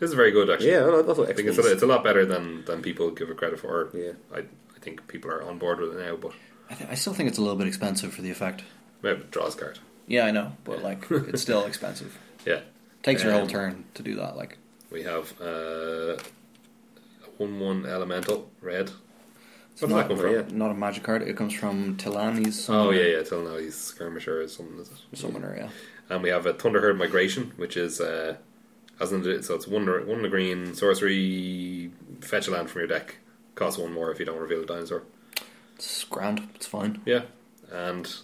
This is very good actually. Yeah, well, that's what I think it's a, it's a lot better than, than people give it credit for. Yeah. I, I think people are on board with it now, but I, th- I still think it's a little bit expensive for the effect. maybe it draws card. Yeah, I know, but like it's still expensive. Yeah. Takes your whole Um, turn to do that. Like, We have uh, one one elemental red. What's that not- come from? yeah. not a magic card. It comes from Tilani's Oh yeah, yeah. Till now he's skirmisher or something. Is it? summoner. Yeah, And we have a Thunderherd Migration, which is uh, as in, so it's one one green sorcery, fetch a land from your deck, costs one more if you don't reveal a dinosaur. it's grand. It's fine. Yeah, and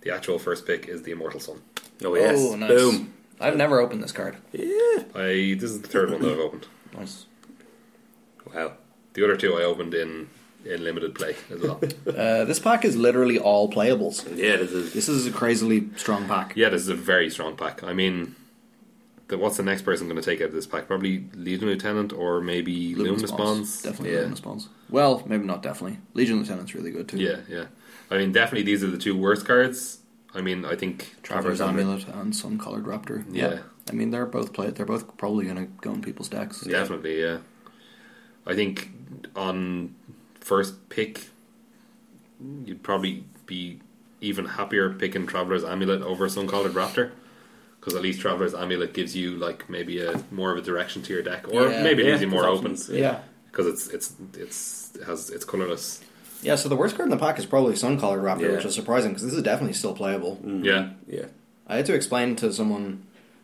the actual first pick is the Immortal Sun. Oh yes, Oh, nice. boom. I've never opened this card. Yeah. I this is the third one that I've opened. Nice. Wow. The other two I opened in in limited play as well. Uh, this pack is literally all playables. Yeah, this is. This is a crazily strong pack. yeah, this is a very strong pack. I mean, the, what's the next person going to take out of this pack? Probably Legion Lieutenant or maybe Luminous, Bonds. Definitely yeah. Luminous Bonds. Well, maybe not definitely. Legion Lieutenant's really good too. Yeah, yeah. I mean, definitely these are the two worst cards. I mean, I think Traveler's Amulet- Amulet and Sun Colored Raptor. Yeah. I mean, they're both play. They're both probably going to go in people's decks. Definitely, yeah. I think on first pick, you'd probably be even happier picking Traveler's Amulet over Sun Collared Raptor. Because at least Traveler's Amulet gives you like maybe a more of a direction to your deck, or Yeah. maybe it Yeah, leaves you more there's open. options, Yeah. Because it's it's it's it has it's colorless. Yeah, so the worst card in the pack is probably Sun Colored Raptor, Yeah. which is surprising because this is definitely still playable. Yeah, Yeah. I had to explain to someone,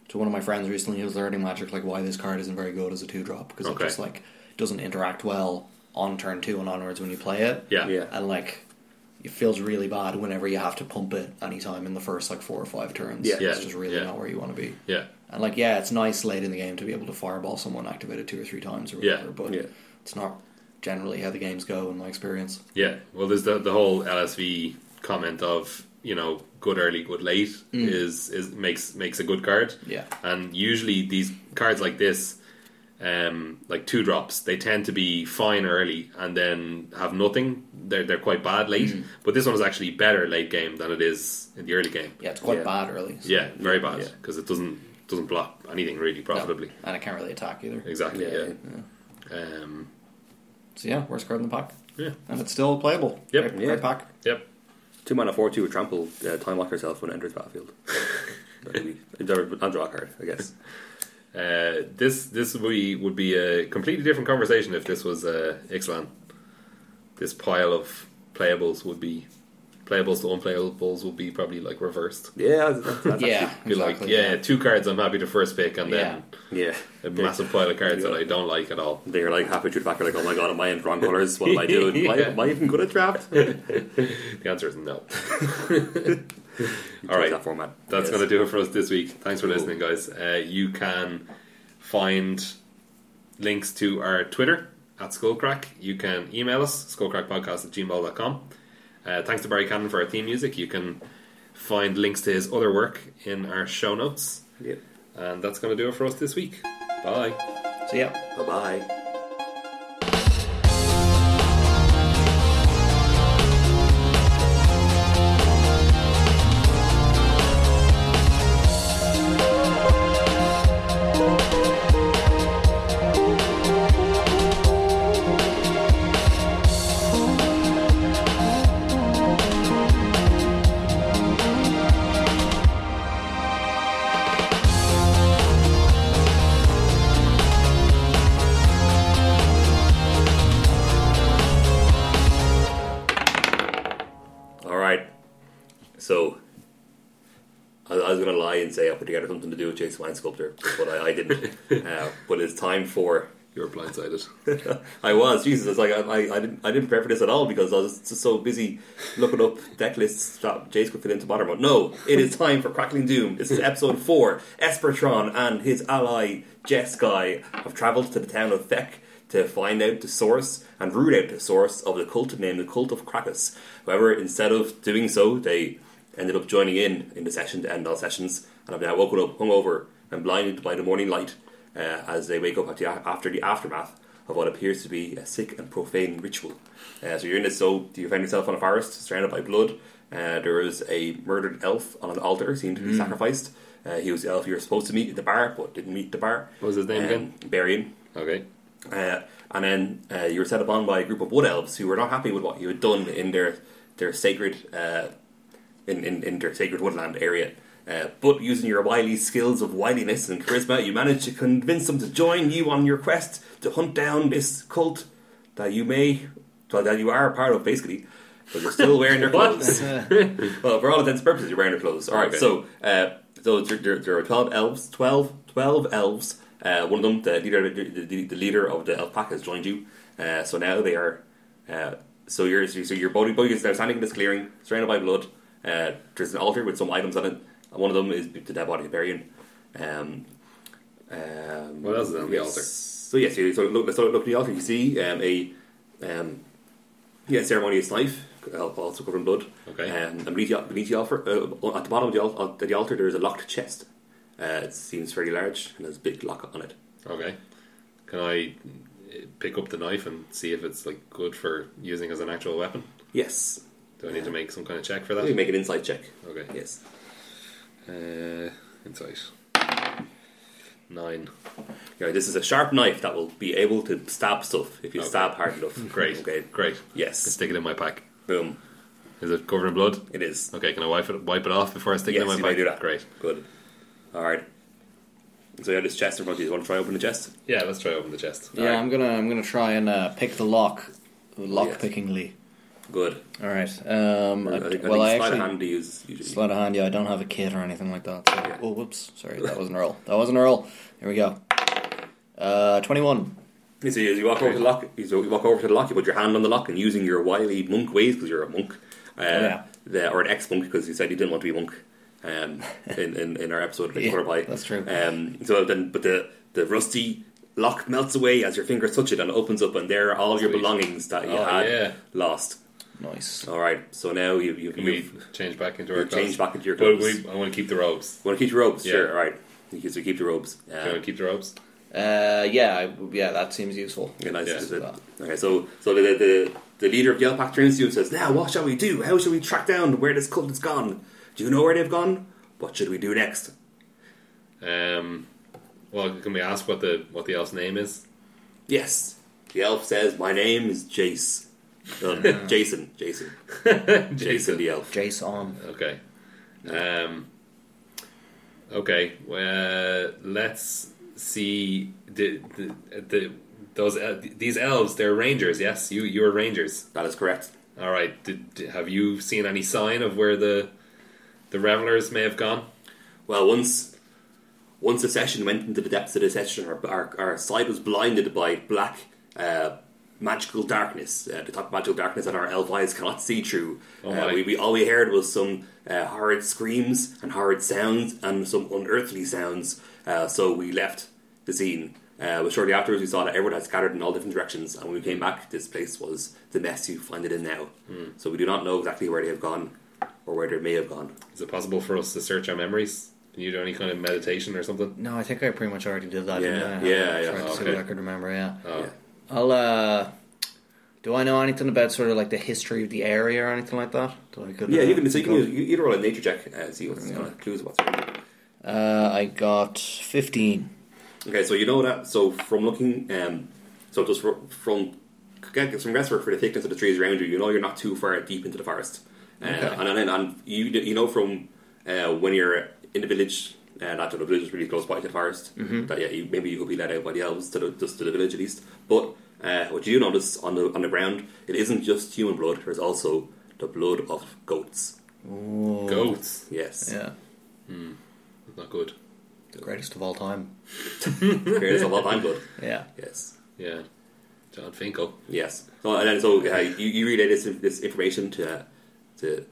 to one of my friends recently who was learning Magic, like why this card isn't very good as a two drop because Okay. it just like doesn't interact well on turn two and onwards when you play it. yeah, Yeah. and like it feels really bad whenever you have to pump it anytime in the first like four or five turns. Yeah. it's Yeah. just really Yeah. not where you want to be. yeah. And like, yeah, it's nice late in the game to be able to fireball someone, activate it two or three times or Yeah. whatever, but Yeah. it's not generally how the games go in my experience. Yeah, well, there's the the whole LSV comment of you know good early, good late is is makes makes a good card. Yeah. and usually these cards like this, um, like two drops, they tend to be fine early and then have nothing. They're they're quite bad late, but this one is actually better late game than it is in the early game. Yeah, it's quite Yeah. bad early. so- Yeah, very bad Yeah. because it doesn't doesn't block anything really No. profitably. and it can't really attack either. Exactly. Yeah. Yeah. Um. So yeah, worst card in the pack. Yeah. And it's still playable. Yep. Great, Yeah. great pack. Yep. Two mana four two trample uh, time lock yourself when it enters battlefield. That'd be- and draw- and draw a card, I guess. Uh, this this would be, would be a completely different conversation if this was uh, Ixalan. This pile of playables would be playables to unplayables would be probably like reversed. Yeah, that's, that's Yeah. Be actually- like, Exactly, yeah, yeah. two cards I'm happy to first pick, and then yeah. a massive pile of cards that I don't like at all. They're like halfway through the back, they're like, oh my god, am I in wrong colors? What am I doing? Am, I, am I even good at draft? The answer is no. All right. that format. That's Yes. going to do it for us this week. Thanks for listening, guys. Uh, you can find links to our Twitter at Skullcrack. You can email us, skullcrackpodcast at gmail.com. Uh, thanks to Barry Cannon for our theme music. You can find links to his other work in our show notes. Yep. And that's going to do it for us this week. Bye. So yeah. Bye bye. All right. So I, I was going to lie and say I put together something to do with Jason Wine Sculptor, but I, I didn't. uh, but it's time for. You were blindsided. I was Jesus. It's like I, I, I didn't I didn't prep for this at all because I was just so busy looking up deck lists that Jace could fit into bottom one. No, it is time for Crackling Doom. This is episode four. Espertron and his ally Jeskai have travelled to the town of Vec to find out the source and root out the source of the cult named the Cult of Krakus. However, instead of doing so, they ended up joining in in the session to end all sessions and have now woken up hungover and blinded by the morning light uh, as they wake up at the, after the aftermath of what appears to be a sick and profane ritual. Uh, so you're in this, so you find yourself in a forest surrounded by blood. Uh, there is a murdered elf on an altar, seemed to Hmm. be sacrificed. Uh, he was the elf you were supposed to meet at the bar, but didn't meet the bar. Um, What was his name again? Barian. Okay. Uh, and then uh, you were set upon by a group of wood elves who were not happy with what you had done in their their sacred uh, in, in, in their sacred woodland area. Uh, but using your wily skills of wiliness and charisma, you managed to convince them to join you on your quest to hunt down this cult that you may, well, that you are a part of, basically. But you're still wearing their clothes. well, for all intents and purposes, you're wearing their clothes. All right, Okay. so uh, so there, there, there are twelve elves. 12, 12 elves. Uh, one of them, the leader, the, the, the leader of the elf pack, has joined you. Uh, so now they are. Uh, so you're so your body boy is now standing in this clearing, surrounded by blood. Uh, there's an altar with some items on it. And one of them is the dead body of Varian. Um, um, What else is on the yes. altar? So yes, you so look, so look at the altar. You see um, a um, yeah, ceremonious knife, al- also covered in blood. Okay. Um, and beneath the, beneath the altar, uh, at the bottom of the, al- of the altar, there is a locked chest. Uh, it seems very large and has a big lock on it. Okay. Can I uh, pick up the knife and see if it's like good for using as an actual weapon? Yes. Do I need to make some kind of check for Let me that? make an insight check. Okay. Yes. Uh, insight. Nine. Yeah, this is a sharp knife that will be able to stab stuff if you Okay. stab hard enough. Great. Okay. Great. I Yes. stick it in my pack. Boom. Is it covered in blood? It is. Okay, can I wipe it wipe it off before I stick it Yes, in my you pack? may do that. Great. Good. All right. So you have this chest in front of you. You want to try open the chest? Yeah, let's try open the chest. Yeah, I'm gonna I'm gonna try and uh, pick the lock, lock Yes. pickingly. Good. All right. Um, I, I think, well, I I think sleight of actually hand to use usually. sleight of hand. Yeah, I don't have a kit or anything like that. So, Oh, whoops! Sorry, that wasn't a roll. That wasn't a roll. Here we go. Uh, twenty-one. You see, as you walk over to the lock, you so you walk over to the lock, you put your hand on the lock, and using your wily monk ways because you're a monk, Oh, uh, yeah. the, or an ex-monk because you said you didn't want to be a monk um, in, in in our episode of Yeah, Quarterby. that's true. Um, so then, but the the rusty lock melts away as your fingers touch it and it opens up, and there are all your Sweet. belongings that you Oh, had yeah. lost. Nice. All right, so now you you, Can we you change back into our You've clothes? changed back into your Well, clothes. we, I want to keep the robes. want to keep your robes? Yeah. Sure. All right, you can so keep the robes. Do you Um, want to keep the robes? Uh, yeah, I, yeah, that seems useful. Yeah, nice. Yeah. Is it- Okay, so so the the, the leader of Yelpak turns to you and says, "Now, what shall we do? How shall we track down where this cult has gone? Do you know where they've gone? What should we do next?" Um, well, can we ask what the what the elf's name is? Yes, the elf says, "My name is Jace, um, Jason, Jason, Jason the elf." Jason. Okay. Um, okay. Uh, let's see. The, the, the those el- these elves they're rangers. Yes, you you are rangers. That is correct. All right. Did, did- have you seen any sign of where the the revelers may have gone? Well, once once the session went into the depths of the session, our, our, our side was blinded by black uh, magical darkness, uh, the type of magical darkness that our elf eyes cannot see through. uh, Oh my. we, we all we heard was some uh, horrid screams and horrid sounds and some unearthly sounds. Uh, so we left the scene. Uh, but shortly afterwards, we saw that everyone had scattered in all different directions, and when we came back, this place was the mess you find it in now. Hmm. So we do not know exactly where they have gone or where they may have gone. Is it possible for us to search our memories? Can you do any kind of meditation or something? No, I think I pretty much already did that. Yeah, didn't I? I yeah, yeah, Tried to see okay. what I could remember. Yeah. Oh, Yeah. I'll. uh... Do I know anything about sort of like the history of the area or anything like that? That I could, Yeah, uh, you can. So think you can of? use, you either roll a nature check, uh, see what's kind of clues what's. Around. Uh, I got 15. Okay, so you know that. So from looking, um, so just fro- from get some guesswork for the thickness of the trees around you, you know you're not too far deep into the forest, uh, Okay. and then and you d- you know from uh, when you're in the village. Uh, that the village is really close by to the forest. Mm-hmm. That yeah, you, maybe you could be let out by the elves to the, just to the village at least. But uh, what you do notice on the on the ground, it isn't just human blood. There's also the blood of goats. Oh, goats. Yes, Yeah. Not good. The greatest of all time. there's a lot of blood. Yeah. Yes. Yeah. John Finkel. Yes. So and then so uh, you, you relay this this information to uh, to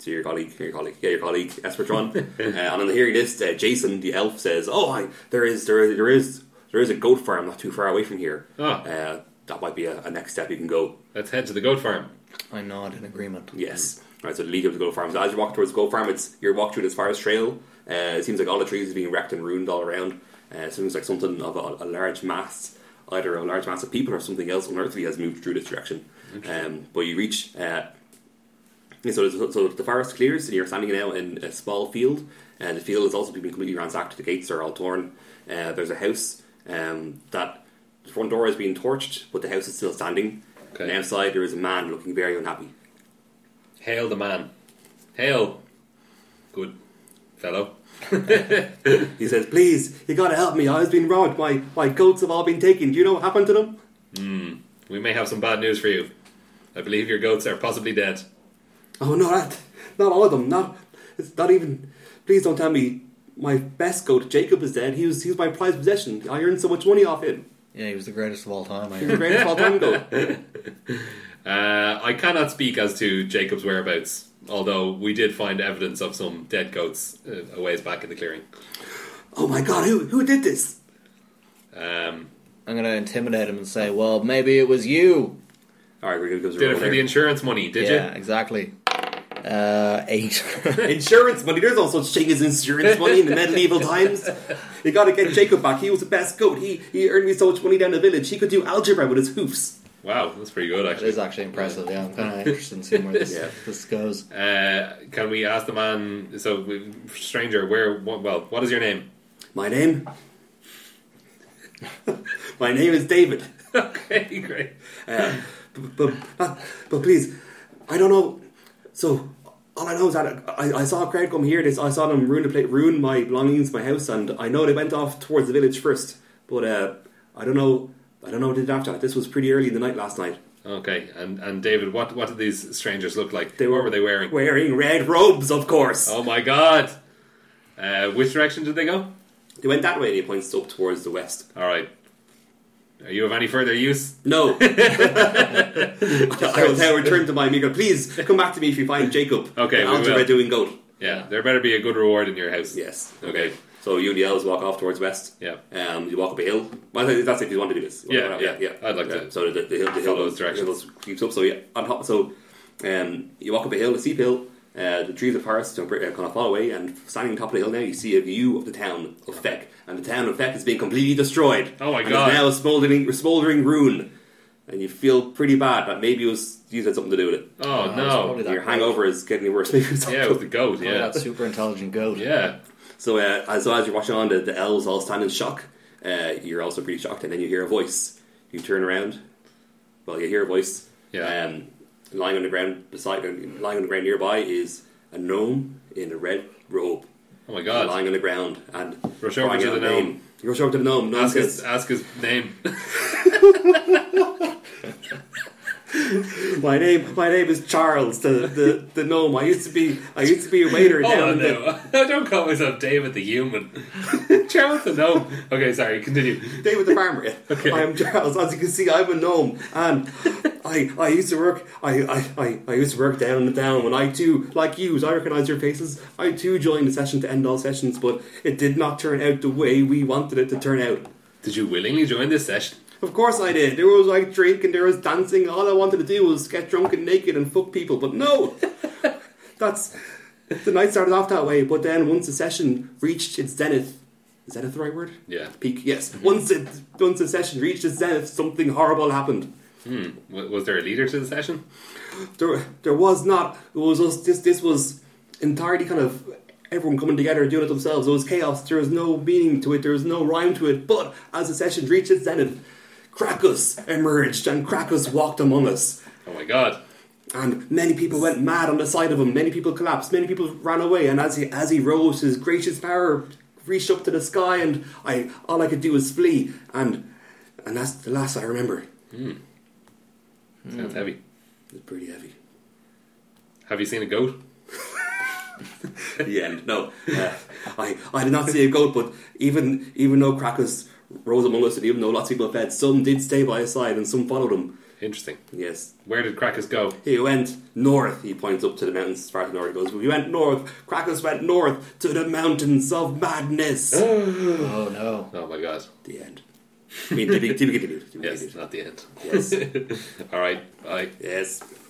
to your colleague, your colleague, yeah, your colleague Espertron, uh, and on hearing this, uh, Jason the elf says, "Oh, I, there is there is there is there is a goat farm not too far away from here. Ah. Uh, that might be a, a next step you can go." Let's head to the goat farm. I nod in agreement. Yes. Right, so the lead up to Gold Farm. So as you walk towards Gold Farm, it's you're walking through this forest trail. Uh, it seems like all the trees are being wrecked and ruined all around. Uh, it seems like something of a, a large mass either a large mass of people or something else unearthly has moved through this direction. Um, but you reach. Uh, yeah, so, there's- so the forest clears, and you're standing now in a small field. And the field has also been completely ransacked. The gates are all torn. Uh, there's a house um, that the front door has been torched, but the house is still standing. Okay. And outside, there is a man looking very unhappy. Hail the man. Hail. Good fellow. He says, "Please, you gotta help me. I've been robbed. My my goats have all been taken. Do you know what happened to them?" We may have some bad news for you. I believe your goats are possibly dead. Oh no, that, not all of them. Not it's not even. Please don't tell me my best goat Jacob is dead. He was he was my prized possession. I earned so much money off him. Yeah, he was the greatest of all time. I He heard. was the greatest all time goat. Uh, I cannot speak as to Jacob's whereabouts, although we did find evidence of some dead goats uh, a ways back in the clearing. Oh my god, who who did this? Um, I'm gonna intimidate him and say, "Well, maybe it was you." All right, we're gonna go did it for the insurance money, did yeah, exactly. Uh, eight. insurance money. There's no such thing as insurance money in the medieval times. You gotta get Jacob back. He was the best goat. He he earned me so much money down the village. He could do algebra with his hoofs. you? Wow, that's pretty good, That actually. is actually impressive. Yeah, I'm kind of interested in seeing where this Yeah. this goes. Uh, can we ask the man? So, we- stranger, where? What, well, what is your name? My name. my name is David. okay, great. Uh, but, but, but, but please, I don't know. So all I know is that I, I saw a crowd come here. They, I saw them ruin the pla ruin my belongings, my house, and I know they went off towards the village first. But uh, I don't know. I don't know what they did after that. This was pretty early in the night last night. Okay, and and David, what what did these strangers look like? They what were they wearing? Wearing red robes, of course. Oh my god! Uh, which direction did they go? They went that way, and he points up towards the west. All right. Are you of any further use? No, I will now return to my amigo. Please come back to me if you find Jacob. Okay, the we algebra will. doing goat. Yeah, there better be a good reward in your house. Yes. Okay. So you and the elves walk off towards west. Yeah. Um, you walk up a hill. Well, that's- that's if you want to do this. Yeah, yeah, yeah. I'd like to So the, the hill, the hill follow goes those directions. the hill goes- creeps up. So yeah, on top. So um, you walk up a hill, a steep hill. Uh, the trees of forest are pretty- uh, kind of fall away, and standing on top of the hill now, you see a view of the town of Feck, and the town of Feck is being completely destroyed. Oh my and God. It's now a smoldering, smoldering ruin, and you feel pretty bad that maybe it was you had something to do with it. Oh Uh, it's no! probably Oh, that Your goat. hangover is getting worse. Maybe it's Yeah, with the goat. Probably Yeah, that super intelligent goat. yeah. So, uh, as, so as you're watching on, the, the elves all stand in shock. Uh, you're also pretty shocked, and then you hear a voice. You turn around. Well, you hear a voice. Yeah. Um, lying on the ground beside, lying on the ground nearby is a gnome in a red robe, Oh my god! lying on the ground, and Rush over crying to out the a gnome. name. You rush over to the gnome. Gnome Ask his says, ask his name. "My name, my name is Charles. The, the, the gnome. I used to be, I used to be a waiter down Oh in the, no! I don't call myself David the human. Charles the gnome. Okay, sorry. Continue. David the farmer. I am Charles. As you can see, I'm a gnome, and I I used to work. I I, I, I used to work down in the town. When I too, like you, as I recognise your faces. I too joined the session to end all sessions, but it did not turn out the way we wanted it to turn out. Did you willingly join this session? Of course I did. There was like drink and there was dancing. All I wanted to do was get drunk and naked and fuck people, but no. That's the night started off that way, but then once the session reached its zenith, is zenith the right word? Yeah. peak. Yes, once it once the session reached its zenith, something horrible happened. W- was there a leader to the session? There, there was not. It was us. This, this was entirely kind of everyone coming together and doing it themselves. It was chaos. There was no meaning to it. There was no rhyme to it. But as the session reached its zenith, Krakus emerged and Krakus walked among us. Oh my god! And many people went mad on the side of him. Many people collapsed. Many people ran away. And as he as he rose, his gracious power reached up to the sky, and I all I could do was flee. And and that's the last I remember. Sounds heavy. It's pretty heavy. Have you seen a goat? the end. No, uh, I I did not see a goat, but even even though Krakus rose among us, and even though lots of people fled, some did stay by his side, and some followed him. Interesting. Yes, Where did Krakus go? He went north. He points up to the mountains as far as the north goes. We went north. Krakus went north to the mountains of madness. the Oh no. Oh my god! end. I mean, to be, to be continued. To be Yes, continued. not the end. Yes. All right. Bye. Yes.